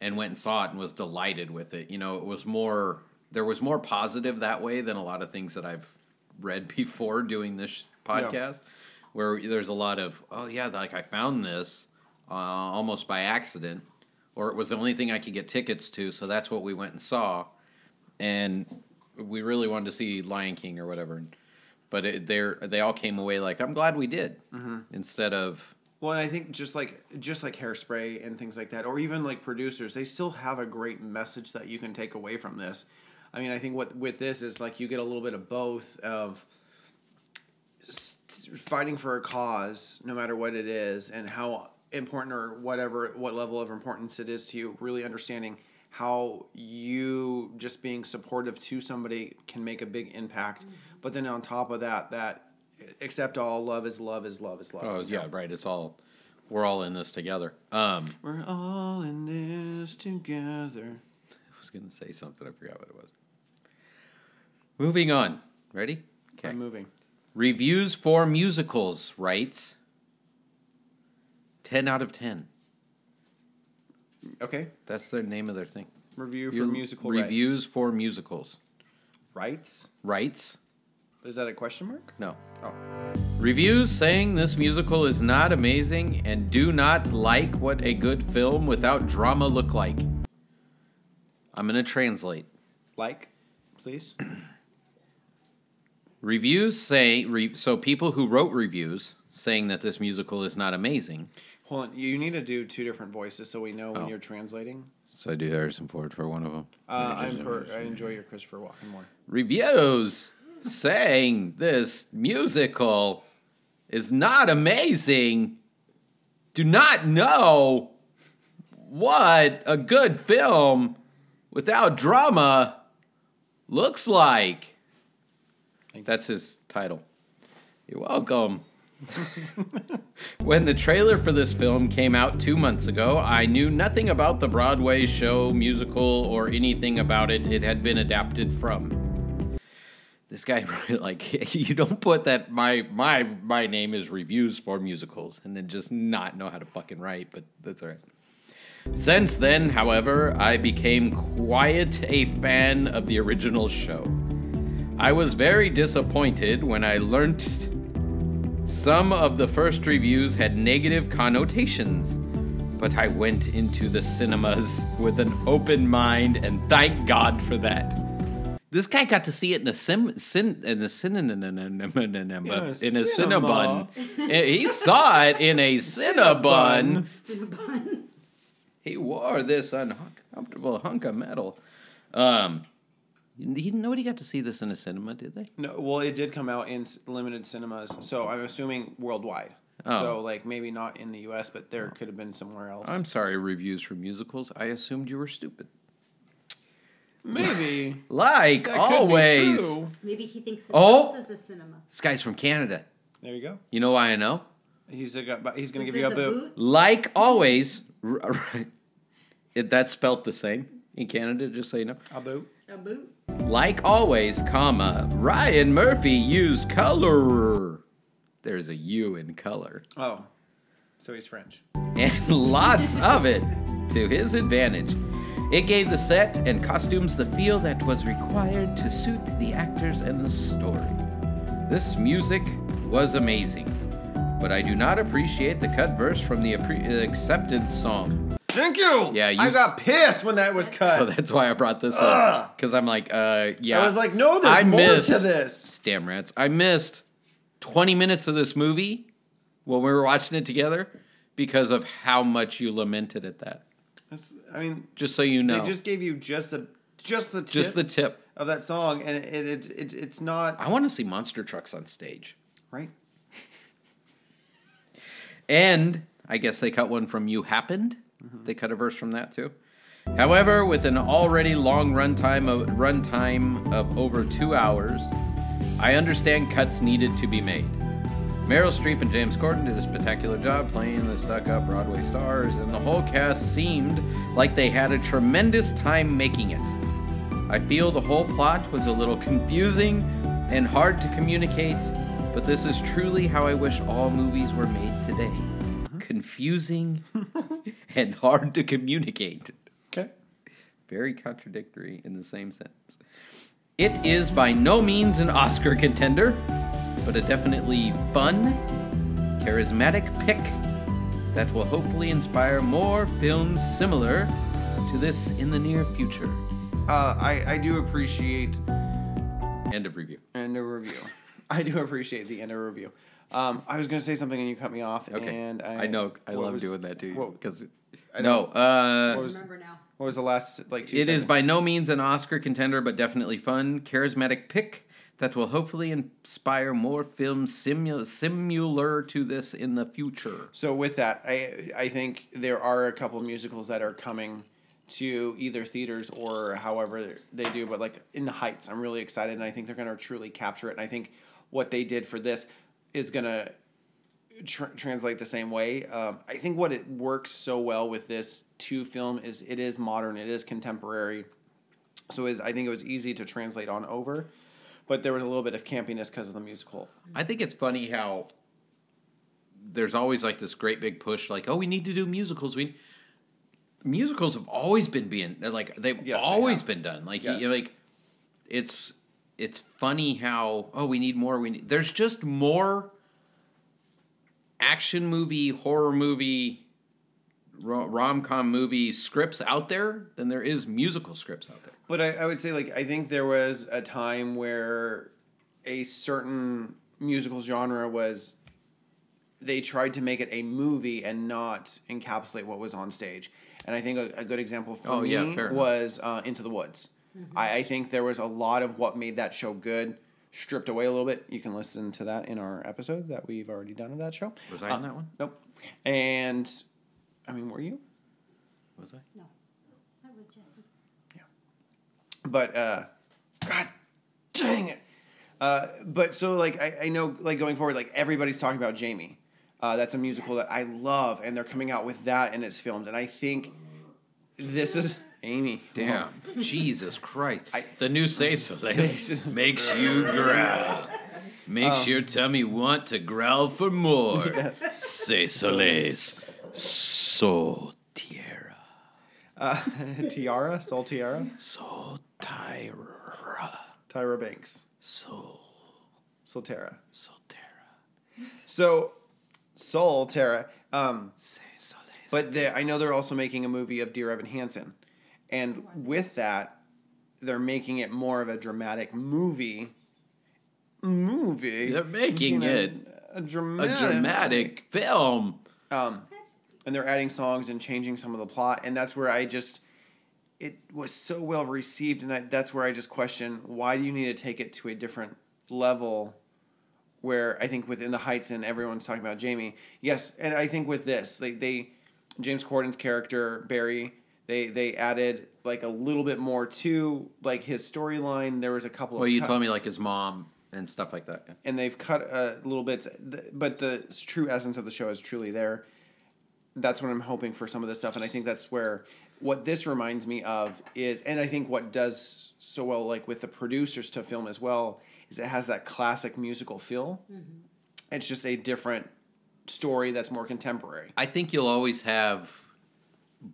D: and went and saw it and was delighted with it. You know, it was more there was more positive that way than a lot of things that I've read before doing this podcast, where there's a lot of oh yeah, like I found this uh, almost by accident, or it was the only thing I could get tickets to, so that's what we went and saw, and we really wanted to see Lion King or whatever. But it, they're, they all came away like, I'm glad we did. Instead of,
C: Well, and I think just like just like hairspray and things like that, or even like producers, they still have a great message that you can take away from this. I mean, I think what with this is like you get a little bit of both of s- s- fighting for a cause, no matter what it is, and how important or whatever what level of importance it is to you. Really understanding how you just being supportive to somebody can make a big impact. But then on top of that, that accept all love is love is love is love.
D: oh,
C: you know?
D: yeah, right. It's all, we're all in this together. Um,
C: We're all in this together.
D: I was going to say something. I forgot what it was. Moving on. Ready? Okay.
C: I'm moving.
D: Reviews for musicals writes 10 out of 10.
C: Okay.
D: That's their name of their thing.
C: Review for
D: You-
C: musical
D: Reviews for musicals.
C: rights.
D: Writes?
C: Is that a question mark?
D: No.
C: Oh,
D: Reviews saying this musical is not amazing and do not like what a good film without drama look like. I'm going to translate.
C: like, please.
D: Reviews say re, so people who wrote reviews saying that this musical is not amazing.
C: Hold on. You need to do two different voices so we know when
D: Oh.
C: you're translating.
D: So I do Harrison Ford for one of them.
C: Uh, I'm per, I enjoy your Christopher Walken more.
D: Reviews saying this musical is not amazing. Do not know what a good film without drama looks like. That's his title. You're welcome. When the trailer for this film came out two months ago, I knew nothing about the Broadway show, musical, or anything about it it had been adapted from. This guy, really, like, you don't put that my my my name is reviews for musicals, and then just not know how to fucking write, but that's all right. Since then, however, I became quite a fan of the original show. I was very disappointed when I learnt some of the first reviews had negative connotations, but I went into the cinemas with an open mind, and thank God for that. This guy got to see it in a sim, cin, in a cinnamon, in a cinnabon.
C: cinema.
D: He saw it in a cinnabon. He wore this uncomfortable hunk of metal. Um, he, nobody got to see this in a cinema, did they?
C: No, well, it did come out in s- limited cinemas, so I'm assuming worldwide.
D: Oh.
C: So like maybe not in the U.S., but there could have been somewhere else.
D: I'm sorry, reviews for musicals. I assumed you were stupid.
C: maybe
D: Like
C: That could be
D: always.
C: true.
F: Maybe he thinks this
D: Oh.
F: is a cinema.
D: This guy's from Canada.
C: There you go.
D: You know why I know?
C: He's a, gu- he's gonna
F: Is
C: give you a
F: this
C: boot.
D: Like always. r- r- it, that's spelt the same in Canada, just so you know.
C: A boot.
F: A boot?
D: Like always, comma, Ryan Murphy used color. There's a U in color.
C: Oh, so he's French.
D: and lots of it to his advantage. It gave the set and costumes the feel that was required to suit the actors and the story. This music was amazing. but I do not appreciate the cut verse from the appre- acceptance song.
C: Thank you.
D: Yeah, you
C: I
D: s-
C: got pissed when that was cut.
D: So that's why I brought this up because I'm like, uh, yeah.
C: I was like, no, there's
D: I
C: more
D: missed.
C: to this.
D: Damn rats! I missed 20 minutes of this movie when we were watching it together because of how much you lamented at that.
C: That's, I mean,
D: Just so you know,
C: they just gave you just a just the tip
D: just the tip.
C: of that song, and it, it, it it's not
D: I want to see monster trucks on stage.
C: right.
D: And I guess they cut one from You Happened.
C: Mm-hmm.
D: They cut a verse from that too. However, with an already long runtime of runtime of over two hours, I understand cuts needed to be made. Meryl Streep and James Corden did a spectacular job playing the stuck-up Broadway stars, and the whole cast seemed like they had a tremendous time making it. I feel the whole plot was a little confusing and hard to communicate, but this is truly how I wish all movies were made today. Confusing and hard to communicate. Okay. Very contradictory in the same sentence. It is by no means an Oscar contender, but a definitely fun, charismatic pick that will hopefully inspire more films similar to this in the near future.
C: Uh, I I do appreciate
D: End of review.
C: end of review. I do appreciate the end of review. Um, I was gonna say something and you cut me off.
D: Okay.
C: And I,
D: I, know. I
C: what
D: love
C: was-
D: doing that to you
C: What,
D: because
C: I don't-
D: no, uh,
C: what
F: I
C: was-
F: remember now.
C: what was the last like? Two
D: it is
C: seconds?
D: by no means an Oscar contender, but definitely fun, charismatic pick that will hopefully inspire more films simu- similar to this in the future.
C: So with that, I I think there are a couple musicals that are coming to either theaters or however they do, but like in the Heights, I'm really excited, and I think they're gonna truly capture it. And I think what they did for this is gonna tr- translate the same way. Um, I think what it works so well with this two film is it is modern, it is contemporary, so is I think it was easy to translate on over, but there was a little bit of campiness because of the musical.
D: I think it's funny how there's always like this great big push, like, oh, we need to do musicals. We musicals have always been being like they've
C: Yes, they
D: always
C: have.
D: been done. Like,
C: Yes.
D: you, like it's it's funny how oh, we need more. We need there's just more action movie, horror movie, rom com movie scripts out there than there is musical scripts out there.
C: But I, I would say, like, I think there was a time where a certain musical genre was they tried to make it a movie and not encapsulate what was on stage. And I think a, a good example for
D: Oh,
C: me
D: yeah, fair enough.
C: was uh, Into the Woods. I, I think there was a lot of what made that show good stripped away a little bit. You can listen to that in our episode that we've already done of that show.
D: Was I in that one?
C: Nope. And I mean, were you?
D: Was I?
F: That was Jesse.
C: but uh god dang it uh but so like I, I know like going forward like everybody's talking about jamie uh that's a musical that i love and they're coming out with that and it's filmed and i think this is amy
D: Damn. Jesus Christ.
C: I-
D: the new say so list makes you growl. Makes
C: Um,
D: your tummy want to growl for more. Say soles. So tierra.
C: uh, tiara sol tiara
D: So tyra.
C: tyra banks
D: So
C: soltera
D: soltera.
C: so sol Tara. um
D: Say soles.
C: But they, I know they're also making a movie of Dear Evan Hansen. And with that, they're making it more of a dramatic movie. Movie.
D: They're making
C: You know,
D: it
C: a
D: a
C: dramatic.
D: dramatic film.
C: Um, and they're adding songs and changing some of the plot. And that's where I just. It was so well received. And I, that's where I just question why do you need to take it to a different level? where I think within the Heights and everyone's talking about Jamie. Yes, and I think with this, they, they James Corden's character Barry, they they added like a little bit more to like his storyline. There was a couple.
D: Well,
C: of
D: you
C: cut-
D: told me like his mom and stuff like that.
C: and they've cut a little bit, but the true essence of the show is truly there. That's what I'm hoping for some of this stuff, and I think that's where what this reminds me of is, and I think what does so well, like with the producers to film as well, is it has that classic musical feel. It's just a different story that's more contemporary.
D: I think you'll always have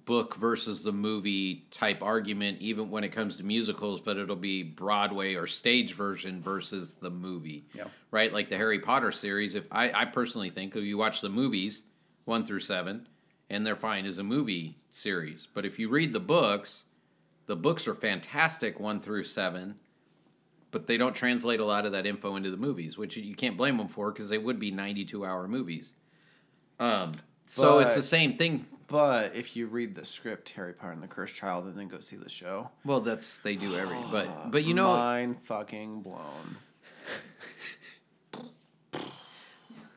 D: book versus the movie type argument, even when it comes to musicals, but it'll be Broadway or stage version versus the movie.
C: Yeah.
D: Right? Like the Harry Potter series. If I, I personally think if you watch the movies one through seven, and they're fine as a movie series. But if you read the books, the books are fantastic one through seven, but they don't translate a lot of that info into the movies, which you can't blame them for because they would be 92 hour movies. Um, so it's
C: But-
D: the same thing.
C: But if you read the script, Harry Potter and the Cursed Child, and then go see the show,
D: Well, that's they do every, but but you know,
C: mind fucking blown.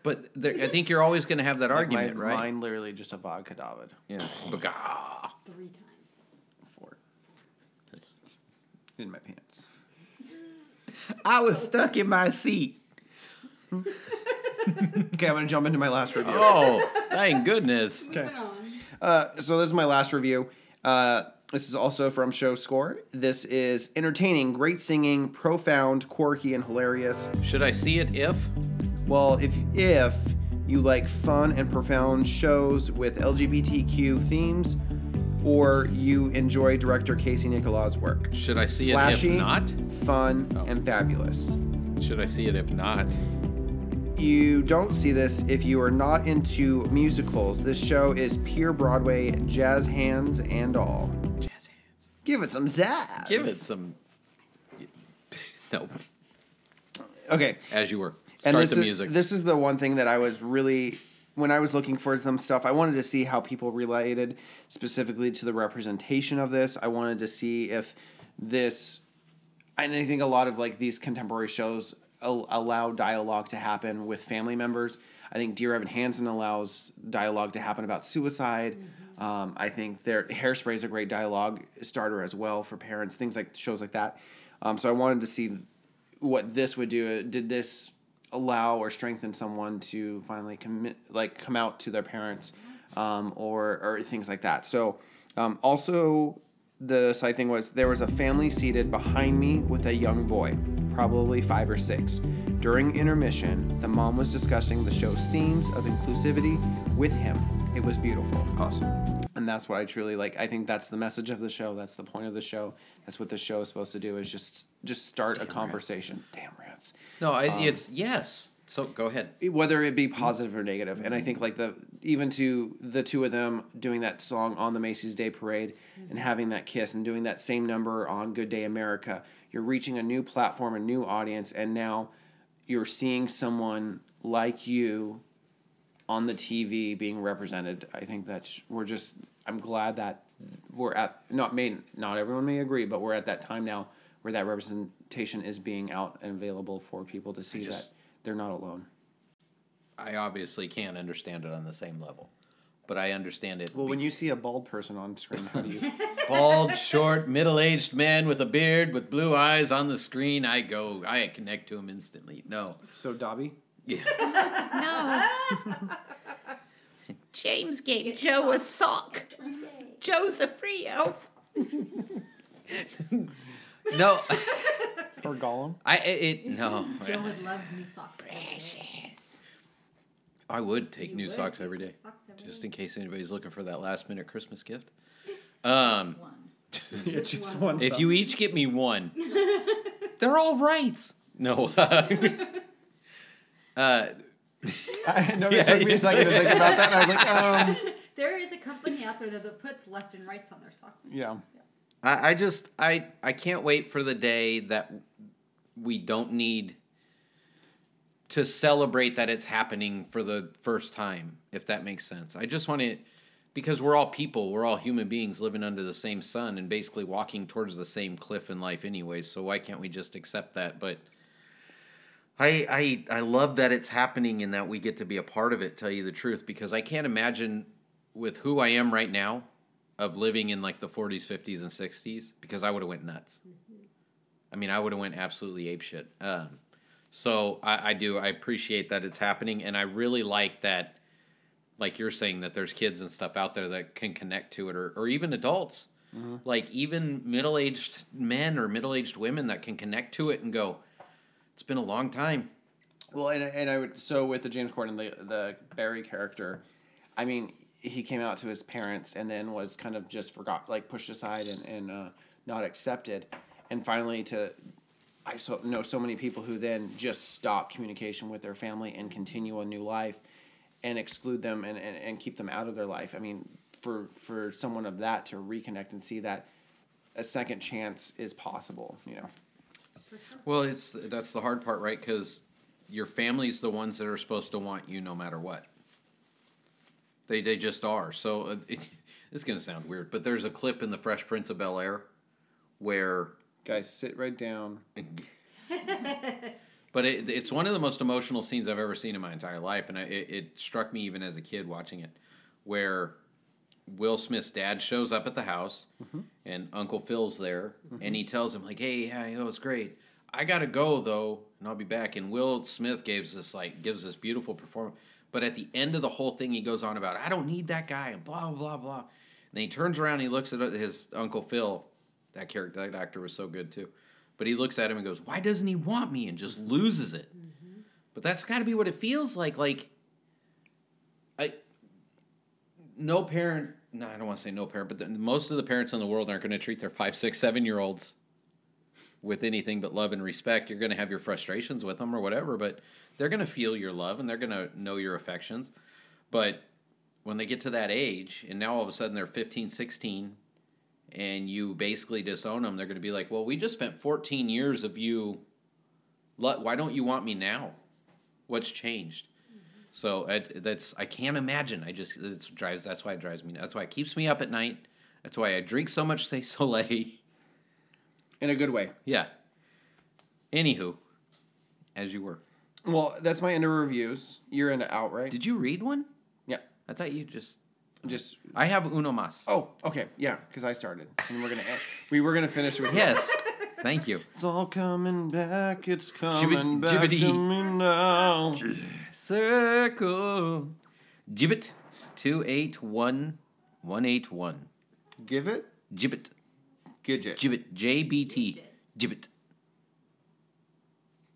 D: but there, I think you're always going to have that
C: Like,
D: argument,
C: my
D: right?
C: Mind literally just a vodka david.
D: Yeah. Baga.
F: three times.
C: Four. In my pants.
D: I was stuck in my seat.
C: Okay, I'm gonna jump into my last review.
D: Oh, thank goodness.
F: Moving on.
C: Uh, so this is my last review. Uh, this is also from Show Score. This is entertaining, great singing, profound, quirky, and hilarious.
D: Should I see it if?
C: Well, if if you like fun and profound shows with LGBTQ themes, or you enjoy director Casey Nicolas' work,
D: Should I see it
C: flashy,
D: if not?
C: fun,
D: Oh.
C: and fabulous.
D: Should I see it if not?
C: You don't see this if you are not into musicals. This show is pure Broadway, jazz hands and all.
D: Jazz hands.
C: Give it some zazz.
D: Give it some. No,
C: Okay.
D: as you were.
C: And
D: Start
C: this
D: the
C: is-
D: music.
C: this is the one thing that I was really when I was looking for some stuff. I wanted to see how people related specifically to the representation of this. I wanted to see if this, and I think a lot of like these contemporary shows al- allow dialogue to happen with family members. I think Dear Evan Hansen allows dialogue to happen about suicide. Um, I think their Hairspray is a great dialogue starter as well for parents. Things like shows like that. Um, so I wanted to see what this would do. uh, Did this allow or strengthen someone to finally commit, like come out to their parents, um, or or things like that? So, um, also the side thing was there was a family seated behind me with a young boy, probably five or six. During intermission, the mom was discussing the show's themes of inclusivity with him. It was beautiful
D: awesome.
C: and that's what I truly like. I think that's the message of the show. That's the point of the show. That's what the show is supposed to do is just just start a conversation. Damn rants.
D: No, I,
C: Um,
D: it's yes. So go ahead.
C: Whether it be positive or negative, and I think like the even to the two of them doing that song on the Macy's Day Parade and having that kiss and doing that same number on Good Day America, you're reaching a new platform, a new audience, and now you're seeing someone like you on the TV being represented. I think that's we're just I'm glad that we're at not may not everyone may agree, but we're at that time now where that representation is being out and available for people to see
D: just-
C: that they're not alone.
D: I obviously can't understand it on the same level, but I understand it.
C: Well, when
D: be-
C: you see a bald person on screen, how do you?
D: bald, short, middle-aged man with a beard with blue eyes on the screen, I go, I connect to him instantly. No,
C: so Dobby,
D: yeah.
H: James gave Joe a sock. Joe's a free elf.
D: no,
C: or Gollum,
D: I it, it no.
F: Joe would love new socks. every day.
D: I would take
F: You
D: new
F: would
D: socks
F: take
D: every
F: new
D: day,
F: socks every
D: just
F: day.
D: in case anybody's looking for that last-minute Christmas gift. Um,
F: One.
C: it's just one.
D: If you each get me one, they're all rights. No. uh,
C: I know it took me a second to think about that. And I was like, um,
F: There is a company out there that puts left and rights on their socks.
C: yeah,
D: I, I just I I can't wait for the day that we don't need to celebrate that it's happening for the first time, if that makes sense. I just want to because we're all people, we're all human beings living under the same sun and basically walking towards the same cliff in life anyway, so why can't we just accept that? But I, I I love that it's happening and that we get to be a part of it, tell you the truth, because I can't imagine with who I am right now of living in like the 40s, 50s and 60s because I would have went nuts. I mean, I would have went absolutely apeshit. Um, so I, I do I appreciate that it's happening and I really like that like you're saying that there's kids and stuff out there that can connect to it or, or even adults like even middle-aged men or middle-aged women that can connect to it and go it's been a long time
C: Well, and and I would so with the James Corden the the Barry character, I mean he- he came out to his parents and then was kind of just forgot, like pushed aside and and uh, not accepted, and finally to. I so, know so many people who then just stop communication with their family and continue a new life and exclude them and, and, and keep them out of their life. I mean, for for someone of that to reconnect and see that a second chance is possible, you know.
D: Well, it's that's the hard part, right? Because your family's the ones that are supposed to want you no matter what. They they just are. So uh, it, it's gonna sound weird, but there's a clip in the Fresh Prince of Bel Air where,
C: Guys, sit right down.
D: but it, it's one of the most emotional scenes I've ever seen in my entire life, and I, it, it struck me even as a kid watching it, where Will Smith's dad shows up at the house, and Uncle Phil's there, and he tells him like, "Hey, yeah, it was great. I gotta go though, and I'll be back." And Will Smith gives this like gives this beautiful performance, but at the end of the whole thing, he goes on about, "I don't need that guy," and blah blah blah. And then he turns around, and he looks at his Uncle Phil. That character, that actor was so good too. But he looks at him and goes, "Why doesn't he want me?" and just loses it. But that's got to be what it feels like. Like, I no parent. No, I don't want to say no parent, but the, most of the parents in the world aren't going to treat their five, six, seven year olds with anything but love and respect. You're going to have your frustrations with them or whatever, but they're going to feel your love and they're going to know your affections. But when they get to that age, and now all of a sudden they're 15, 16, and you basically disown them, they're going to be like, well, we just spent 14 years of you. lo- Why don't you want me now? What's changed? So I, that's I can't imagine. I just it's drives. That's why it drives me. That's why it keeps me up at night. That's why I drink so much. Say Soleil.
C: In a good way.
D: Yeah. Anywho, as you were.
C: Well, that's my end of reviews. You're into out, right?
D: Did you read one?
C: yeah.
D: I thought you just.
C: Just
D: I have uno mas.
C: oh, okay, yeah, because I started, and we're gonna end, we were gonna finish with
D: Yes. Thank you.
C: It's all coming back. It's
D: coming back to
C: me now.
D: Circle. Gibbet. Two eight one one eight one.
C: Give it,
D: Gibbet.
C: gidget.
D: Gibbet. J B T. Gibbet.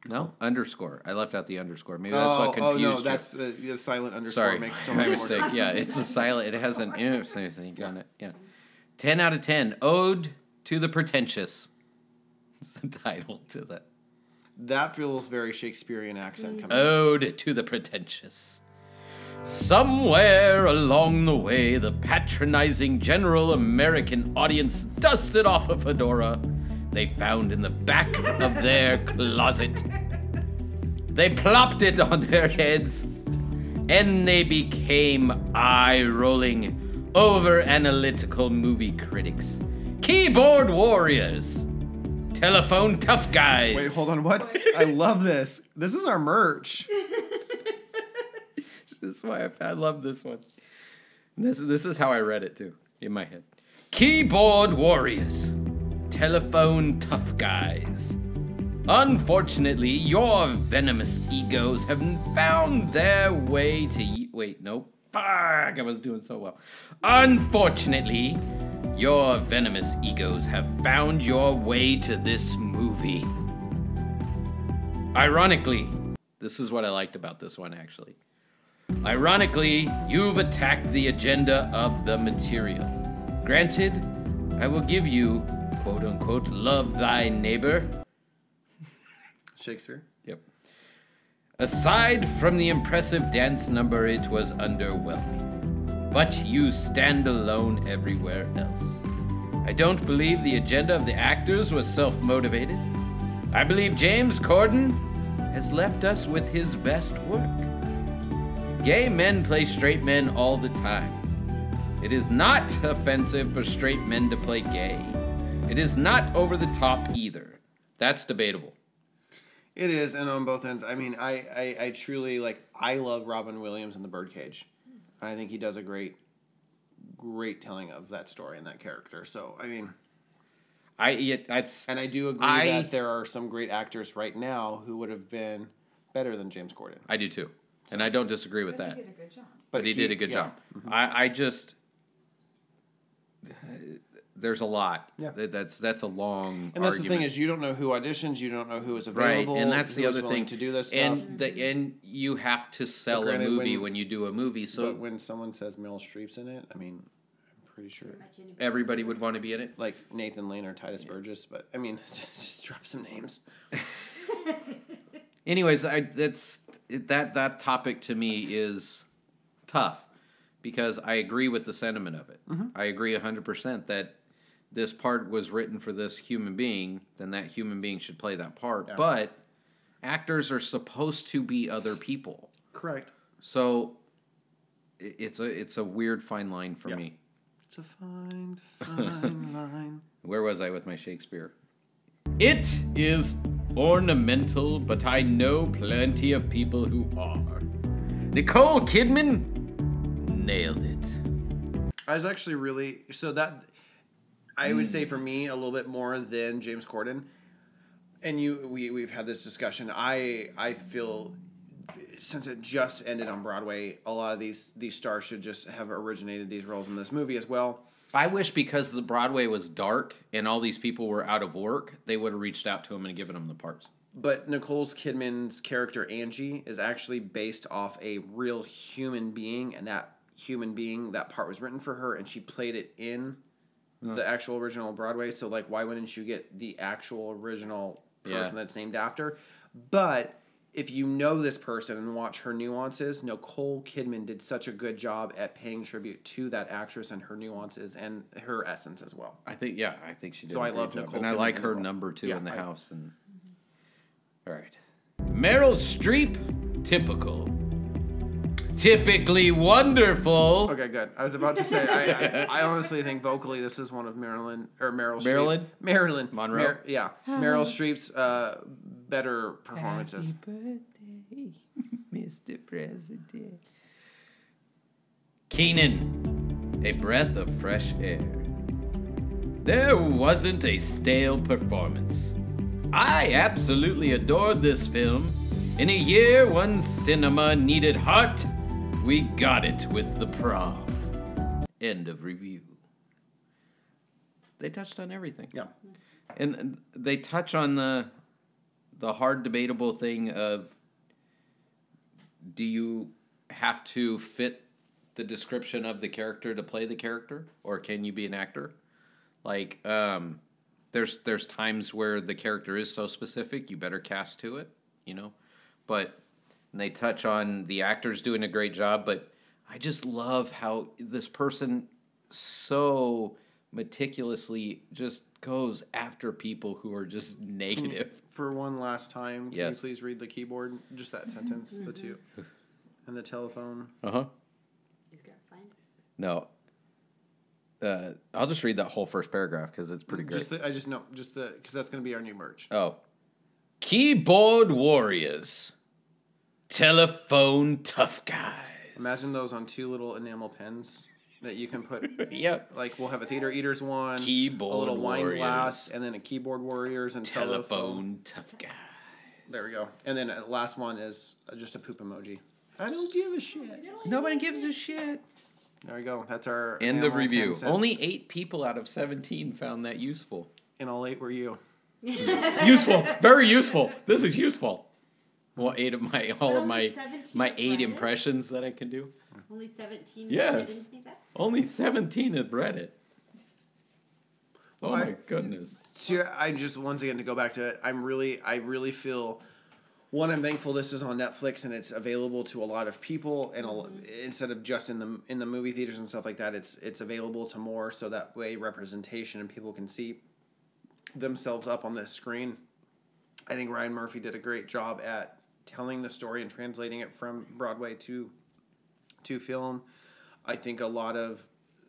D: No underscore. I left out the underscore. Maybe that's what
C: oh,
D: confused
C: no,
D: you.
C: that's the, the silent underscore
D: Sorry,
C: makes so
D: my
C: much more
D: mistake.
C: sense.
D: Yeah, it's a silent. It has an interesting thing on it. Yeah, ten out of ten. Ode to the pretentious. It's the title to that.
C: That feels very Shakespearean accent coming.
D: Uh, Ode to the pretentious. Somewhere along the way, the patronizing general American audience dusted off a fedora they found in the back of their closet. They plopped it on their heads, and they became eye rolling, over analytical movie critics, keyboard warriors, telephone tough guys.
C: Wait, hold on. What? I love this. This is our merch.
D: This is why I, I love this one. This is this is how I read it too in my head. Keyboard warriors, telephone tough guys. Unfortunately, your venomous egos have found their way to. y- Wait, no. Fuck, I was doing so well. Unfortunately, your venomous egos have found your way to this movie. Ironically, this is what I liked about this one actually. Ironically, you've attacked the agenda of the material. Granted, I will give you, quote unquote, love thy neighbor.
C: Shakespeare.
D: Yep. Aside from the impressive dance number, it was underwhelming. But you stand alone everywhere else. I don't believe the agenda of the actors was self motivated. I believe James Corden has left us with his best work. Gay men play straight men all the time. It is not offensive for straight men to play gay. It is not over the top either. That's debatable.
C: It is, and on both ends. I mean, I, I, I truly like. I love Robin Williams in The Birdcage. I think he does a great, great telling of that story and that character. So I mean,
D: I it, that's
C: and I do agree
D: I-
C: that there are some great actors right now who would have been better than James Corden.
D: I do too, and I don't disagree with
E: But
D: that.
E: he did a good job.
C: Mm-hmm.
D: But he, did a good
C: yeah.
D: job. I I just There's a lot.
C: Yeah.
D: That- that's that's a long.
C: And that's
D: argument.
C: the thing is, you don't know who auditions, you don't know who is
D: right,
C: available,
D: and that's the
C: who is
D: other
C: willing
D: thing
C: to do this stuff.
D: And the and you have to sell
C: But
D: a
C: granted,
D: movie
C: when-
D: when, you do a movie, so
C: but when someone says Meryl Streep's in it, I mean, I'm pretty sure
D: everybody would want to be in it.
C: like Nathan Lane or Titus Burgess, but I mean, just drop some names.
D: Anyways, I that's that that topic to me is tough because I agree with the sentiment of it.
C: Mm-hmm.
D: I agree 100% that this part was written for this human being, then that human being should play that part. But actors are supposed to be other people.
C: Correct.
D: So i- it's a it's a weird fine line for
C: Yeah.
D: me.
C: It's a fine, fine line.
D: Where was I with my Shakespeare? It is ornamental, but I know plenty of people who are. Nicole Kidman nailed it.
C: I was actually really so that I would say for me a little bit more than James Corden. And you, we we've had this discussion. I I feel since it just ended on Broadway, a lot of these these stars should just have originated these roles in this movie as well.
D: I wish because the Broadway was dark and all these people were out of work, they would have reached out to him and given him the parts.
C: But Nicole's Kidman's character Angie is actually based off a real human being, and that human being that part was written for her, and she played it in the actual original Broadway. So like, why wouldn't you get the actual original person
D: Yeah.
C: that's named after? But if you know this person and watch her nuances, Nicole Kidman did such a good job at paying tribute to that actress and her nuances and her essence as well.
D: I think, yeah, I think she did.
C: So
D: a
C: I
D: great
C: love
D: job.
C: Nicole
D: and I
C: Kidman
D: like
C: as
D: her
C: well.
D: number two
C: Yeah,
D: in the
C: I-
D: house. And all right, Meryl Streep, typical, typically wonderful.
C: Okay, good. I was about to say, I, I, I honestly think vocally this is one of Marilyn or Meryl Streep.
D: Marilyn?
C: Marilyn
D: Monroe?
C: yeah, Meryl Streep's uh, better performances.
G: birthday, Mr. President.
D: Keenan, a breath of fresh air. There wasn't a stale performance. I absolutely adored this film. In a year when cinema needed heart, we got it with the prom. End of review. They touched on everything.
C: Yeah,
D: And they touch on the the hard debatable thing of do you have to fit the description of the character to play the character or can you be an actor? Like um there's there's times where the character is so specific you better cast to it, you know? But and they touch on the actors doing a great job, but I just love how this person so meticulously just goes after people who are just negative.
C: for one last time, can
D: Yes.
C: you please read the keyboard? Just that sentence, the two, and the telephone.
D: Uh huh.
F: He's got fun.
D: No. Uh, I'll just read that whole first paragraph because it's pretty great.
C: Just the, I just know just the because that's gonna be our new merch.
D: oh. Keyboard warriors. Telephone tough guys.
C: Imagine those on two little enamel pens that you can put.
D: Yep.
C: Like we'll have a theater eaters one,
D: Keyboard
C: a little wine
D: warriors.
C: glass, and then a keyboard warriors and telephone.
D: Telephone, tough guys.
C: There we go. And then uh, last one is uh, just a poop emoji. I don't give a shit.
D: Nobody gives a shit.
C: There we go. That's our
D: End of
C: animal
D: review.
C: consent.
D: Only eight people out of 17 found that useful.
C: and all eight were you.
D: useful. Very useful. This is useful. Well, eight of my all of
F: only
D: my
F: 17
D: my eight
F: credits?
D: impressions that I can do.
F: Only 17.
D: Yes.
F: I didn't think that's
D: Only 17 have read it. Oh my
C: Why?
D: goodness.
C: So I just once again to go back to it. I'm really, I really feel. One, I'm thankful this is on Netflix and it's available to a lot of people, and a, lo- instead of just in the in the movie theaters and stuff like that, it's it's available to more, so that way representation and people can see themselves up on this screen. I think Ryan Murphy did a great job at telling the story and translating it from Broadway to to film. I think a lot of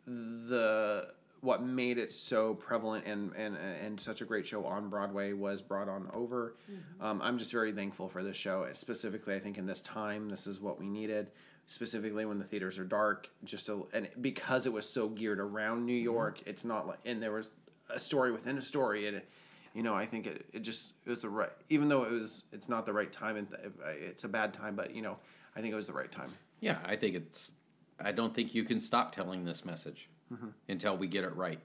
C: the what made it so prevalent and and and such a great show on Broadway was brought on over. Um, I'm just very thankful for this show. It's specifically, I think in this time, this is what we needed. Specifically, when the theaters are dark, just a, and because it was so geared around New York, it's not like and there was a story within a story and. It, you know, I think it, it just it was the right, even though it was it's not the right time and th- it's a bad time, but you know, I think it was the right time.
D: Yeah, I think it's I don't think you can stop telling this message until we get it right.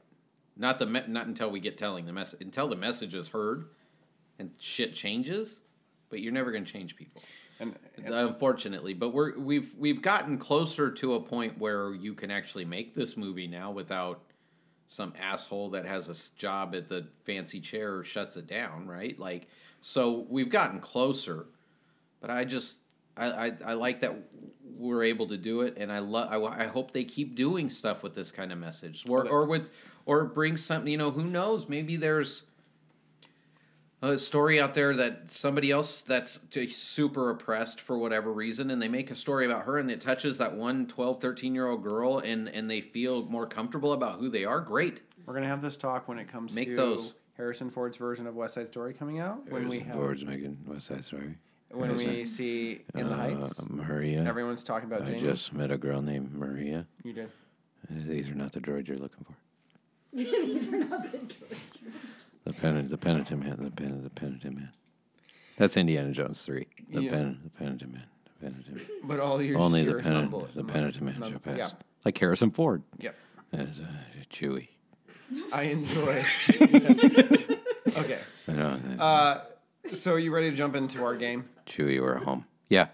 D: Not the me- not until we get telling the message. Until the message is heard, and shit changes. But you're never going to change people,
C: And,
D: unfortunately. But we're we've we've gotten closer to a point where you can actually make this movie now without some asshole that has a s- job at the fancy chair shuts it down, right? Like, so we've gotten closer. But I just I, I, I like that we're able to do it, and I love I, I hope they keep doing stuff with this kind of message, or or with or bring something. You know, who knows? Maybe there's a story out there that somebody else that's t- super oppressed for whatever reason and they make a story about her and it touches that one 12 13 year old girl and and they feel more comfortable about who they are great
C: we're gonna have this talk when it comes
D: Make
C: to
D: those.
C: Harrison Ford's version of West Side Story coming out. when we have,
I: Ford's making West Side Story.
C: when
I: Harrison.
C: we see in the Heights,
I: Uh, Maria.
C: everyone's talking about
I: I
C: Jamie.
I: just met a girl named Maria.
C: you did.
I: Uh, These are not the droids you're looking for.
F: These are not the droids.
I: The penitent, the penitent man, the pen, the penitent man. That's Indiana Jones three. The
C: Yeah.
I: pen, the penitent man, the penitent man.
C: But all your
I: Only the
C: sheer mumble-
I: penitent, the
C: mum-
I: penitent man
C: mum-
I: shall pass.
C: Yeah,
I: Like Harrison Ford
C: yeah.
I: as uh, Chewie.
C: I enjoy. okay,
I: I know uh,
C: uh, so you ready to jump into our game?
I: Chewie or home. Yeah,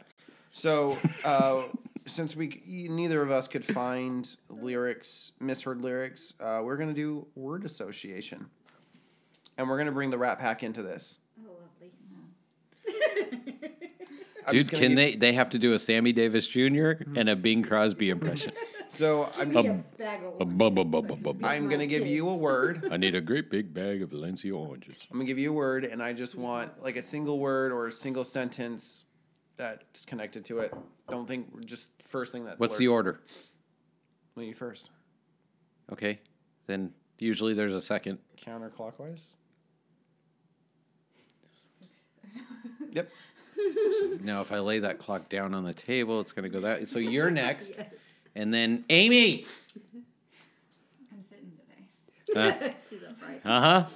C: So, uh, since we c- neither of us could find lyrics, misheard lyrics, uh, we're gonna do word association, and we're gonna bring the Rat Pack into this.
F: Oh, lovely.
C: I'm
D: dude
C: just gonna
D: can
C: give-
D: they they have to do a sammy davis jr and a bing crosby impression
C: So I'm,
F: Be a bag of oranges.
C: I'm gonna give you a word.
I: I need a great big bag of Valencia oranges.
C: I'm gonna give you a word, and I just want like a single word or a single sentence that's connected to it. Don't think just first thing that.
D: what's the order
C: You first.
D: okay then usually there's a second
C: Counterclockwise. Yep.
D: now if i lay that clock down on the table it's going to go that so you're next and then amy Uh,
E: I'm sitting today.
F: She's upright.
D: uh-huh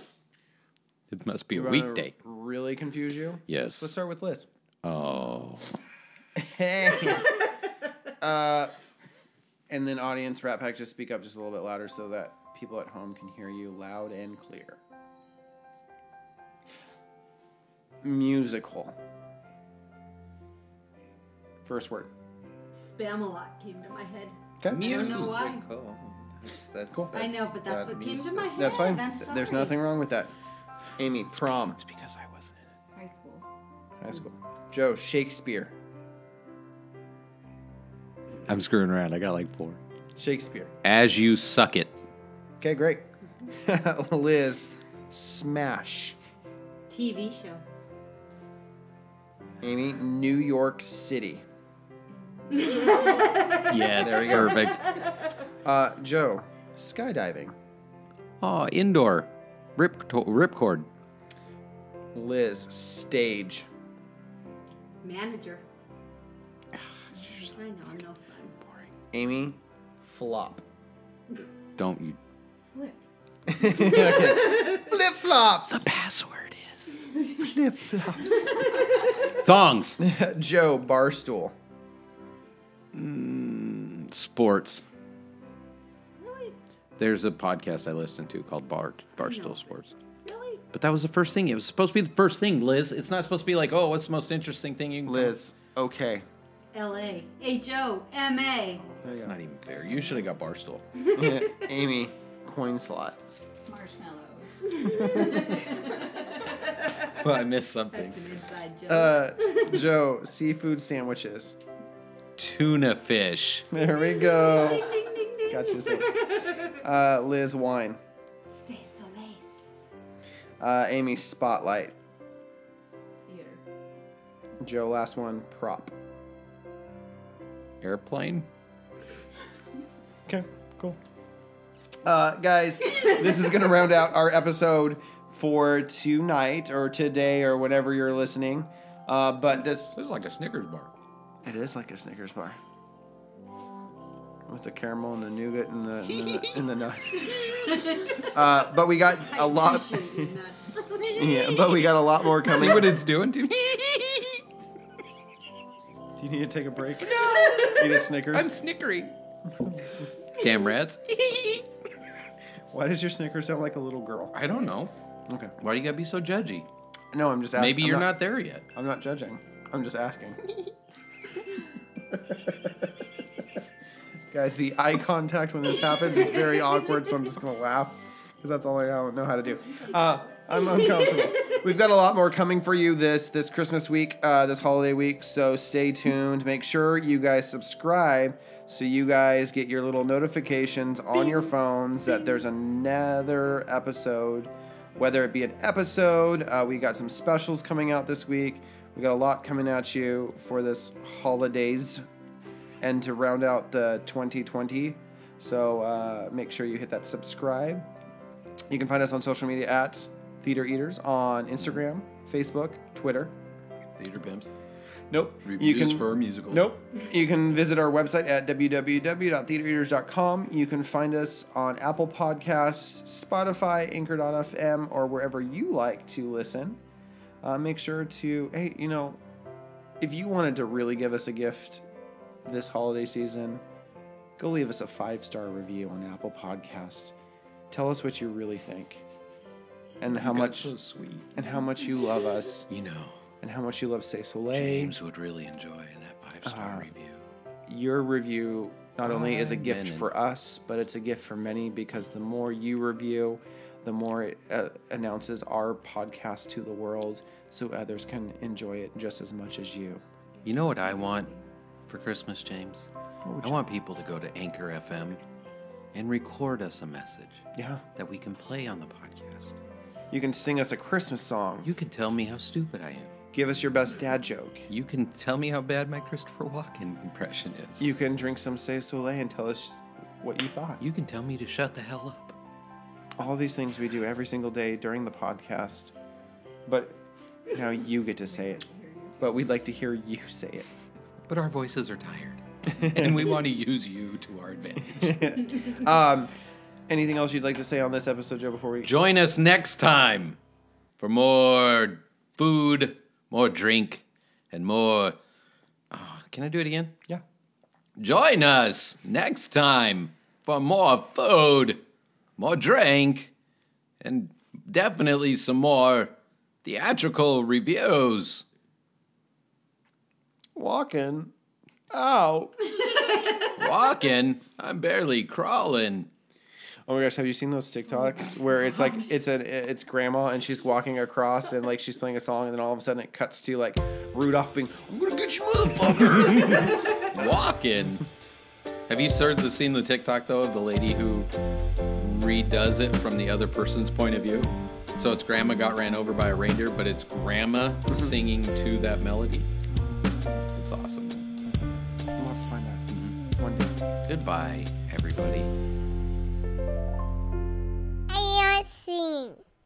D: it must be a
C: You wanna
D: weekday
C: Really confuse you?
I: Yes.
C: Let's start with Liz.
I: Oh,
C: Uh, and then audience, Rat Pack, just speak up just a little bit louder so that people at home can hear you loud and clear. Musical. First word.
F: Spam a lot came to my head.
C: Okay.
F: don't know why.
D: Musical. That's, that's,
C: Cool.
F: I know, but that's
D: that
F: what came to
D: music.
F: my head.
C: That's fine.
F: I'm
C: Th- There's
F: sorry.
C: nothing wrong with that. Amy, prom,
I: because I wasn't in it.
E: High school.
C: high school. Joe, Shakespeare.
I: I'm screwing around. I got like four.
C: Shakespeare.
D: As you suck it.
C: Okay, great. Liz, smash.
F: TV show.
C: Amy, New York City.
D: Yes. Perfect.
C: Uh, Joe, skydiving.
D: Oh, indoor. Rip to- ripcord.
C: Liz, stage.
F: Manager. I know, I'm no fun.
C: Amy, flop.
D: Don't you
E: Flip.
C: Flip flops.
D: password is flip flops. Thongs.
C: Joe, barstool.
D: Sports.
F: Really?
D: There's a podcast I listen to called Bar Barstool Sports.
F: Really?
D: But that was the first thing. It was supposed to be the first thing, Liz. It's not supposed to be like, oh, what's the most interesting thing you can
C: Liz, okay.
F: L.A. H-O-M-A.
D: It's not even fair. You should have got Barstool.
C: Amy, coin slot.
E: Marshmallows.
D: Well, I missed something.
F: That's an inside joke.
C: Uh, Joe, seafood sandwiches.
D: Tuna fish.
C: There we go. Got you. Zane. Uh, Liz, wine.
F: Say solace.
C: Uh, Amy, spotlight.
E: Theater.
C: Joe, last one, prop.
D: Airplane.
C: Okay, cool. Uh, guys, this is going to round out our episode for tonight or today or whenever you're listening. Uh, but this
D: This is like a Snickers bar.
C: it is like a Snickers bar with the caramel and the nougat and the and the, and the nuts. Uh, but we got a lot.
F: Appreciate you nuts.
C: Yeah, but we got a lot more coming.
D: See what it's doing to me?
C: Do you need to take a break? No. Eat a Snickers.
D: snickering. Damn rats.
C: Why does your snicker sound like a little girl?
D: I don't know.
C: Okay.
D: Why do you gotta be so judgy?
C: No, I'm just asking.
D: Maybe
C: I'm
D: you're not there yet.
C: I'm not judging. I'm just asking. Guys, the eye contact when this happens is very awkward, so I'm just gonna laugh because that's all I don't know how to do. Uh, I'm uncomfortable. We've got a lot more coming for you this this Christmas week, uh, this holiday week. So stay tuned. Make sure you guys subscribe so you guys get your little notifications on your phones that there's another episode whether it be an episode. Uh, we got some specials coming out this week. We got a lot coming at you for this holidays and to round out the 2020. So uh, make sure you hit that subscribe. You can find us on social media at Theater Eaters on Instagram, Facebook, Twitter.
D: Theater pimps.
C: Nope.
D: Reviews for musicals.
C: Nope. You can visit our website at www.theatereaters.com. You can find us on Apple Podcasts, Spotify, Anchor.fm, or wherever you like to listen. Uh, make sure to, hey, you know, if you wanted to really give us a gift this holiday season, go leave us a five star review on Apple Podcasts. Tell us what you really think and how much
D: so sweet.
C: and how much you love us
D: You know,
C: and how much you love Say Soleil.
D: James would really enjoy that five star
C: Uh,
D: review.
C: your review not only is a
D: Five
C: gift
D: minutes.
C: for us, but it's a gift for many because the more you review, the more it uh, announces our podcast to the world so others can enjoy it just as much as you.
D: You know what I want for Christmas, James?
C: would
D: I
C: you-
D: want people to go to Anchor FM and record us a message
C: Yeah.
D: that we can play on the podcast.
C: You can sing us a Christmas song.
D: You can tell me how stupid I am.
C: give us your best dad joke.
D: You can tell me how bad my Christopher Walken impression is.
C: You can drink some Se Soleil and tell us what you thought.
D: You can tell me to shut the hell up.
C: All these things we do every single day during the podcast, but now you get to say it. But we'd like to hear you say it.
D: But our voices are tired. and we want to use you to our advantage.
C: Um, anything else you'd like to say on this episode, Joe? Before we
D: Join us next time for more food, more drink, and more. Oh, can I do it again?
C: yeah,
D: Join us next time for more food, more drink, and definitely some more theatrical reviews.
C: walking out.
D: Walking, I'm barely crawling.
C: Oh my gosh, have you seen those TikToks where it's like it's an it's grandma and she's walking across and like she's playing a song and then all of a sudden it cuts to like Rudolph being
D: I'm gonna get you, motherfucker. Walking. Have you heard the seen the TikTok though of the lady who redoes it from the other person's point of view? So it's grandma got ran over by a reindeer, but it's grandma
C: Mm-hmm.
D: singing to that melody. It's awesome. Mm-hmm.
C: We'll have to find out one day.
D: Goodbye, everybody.
B: I am singing.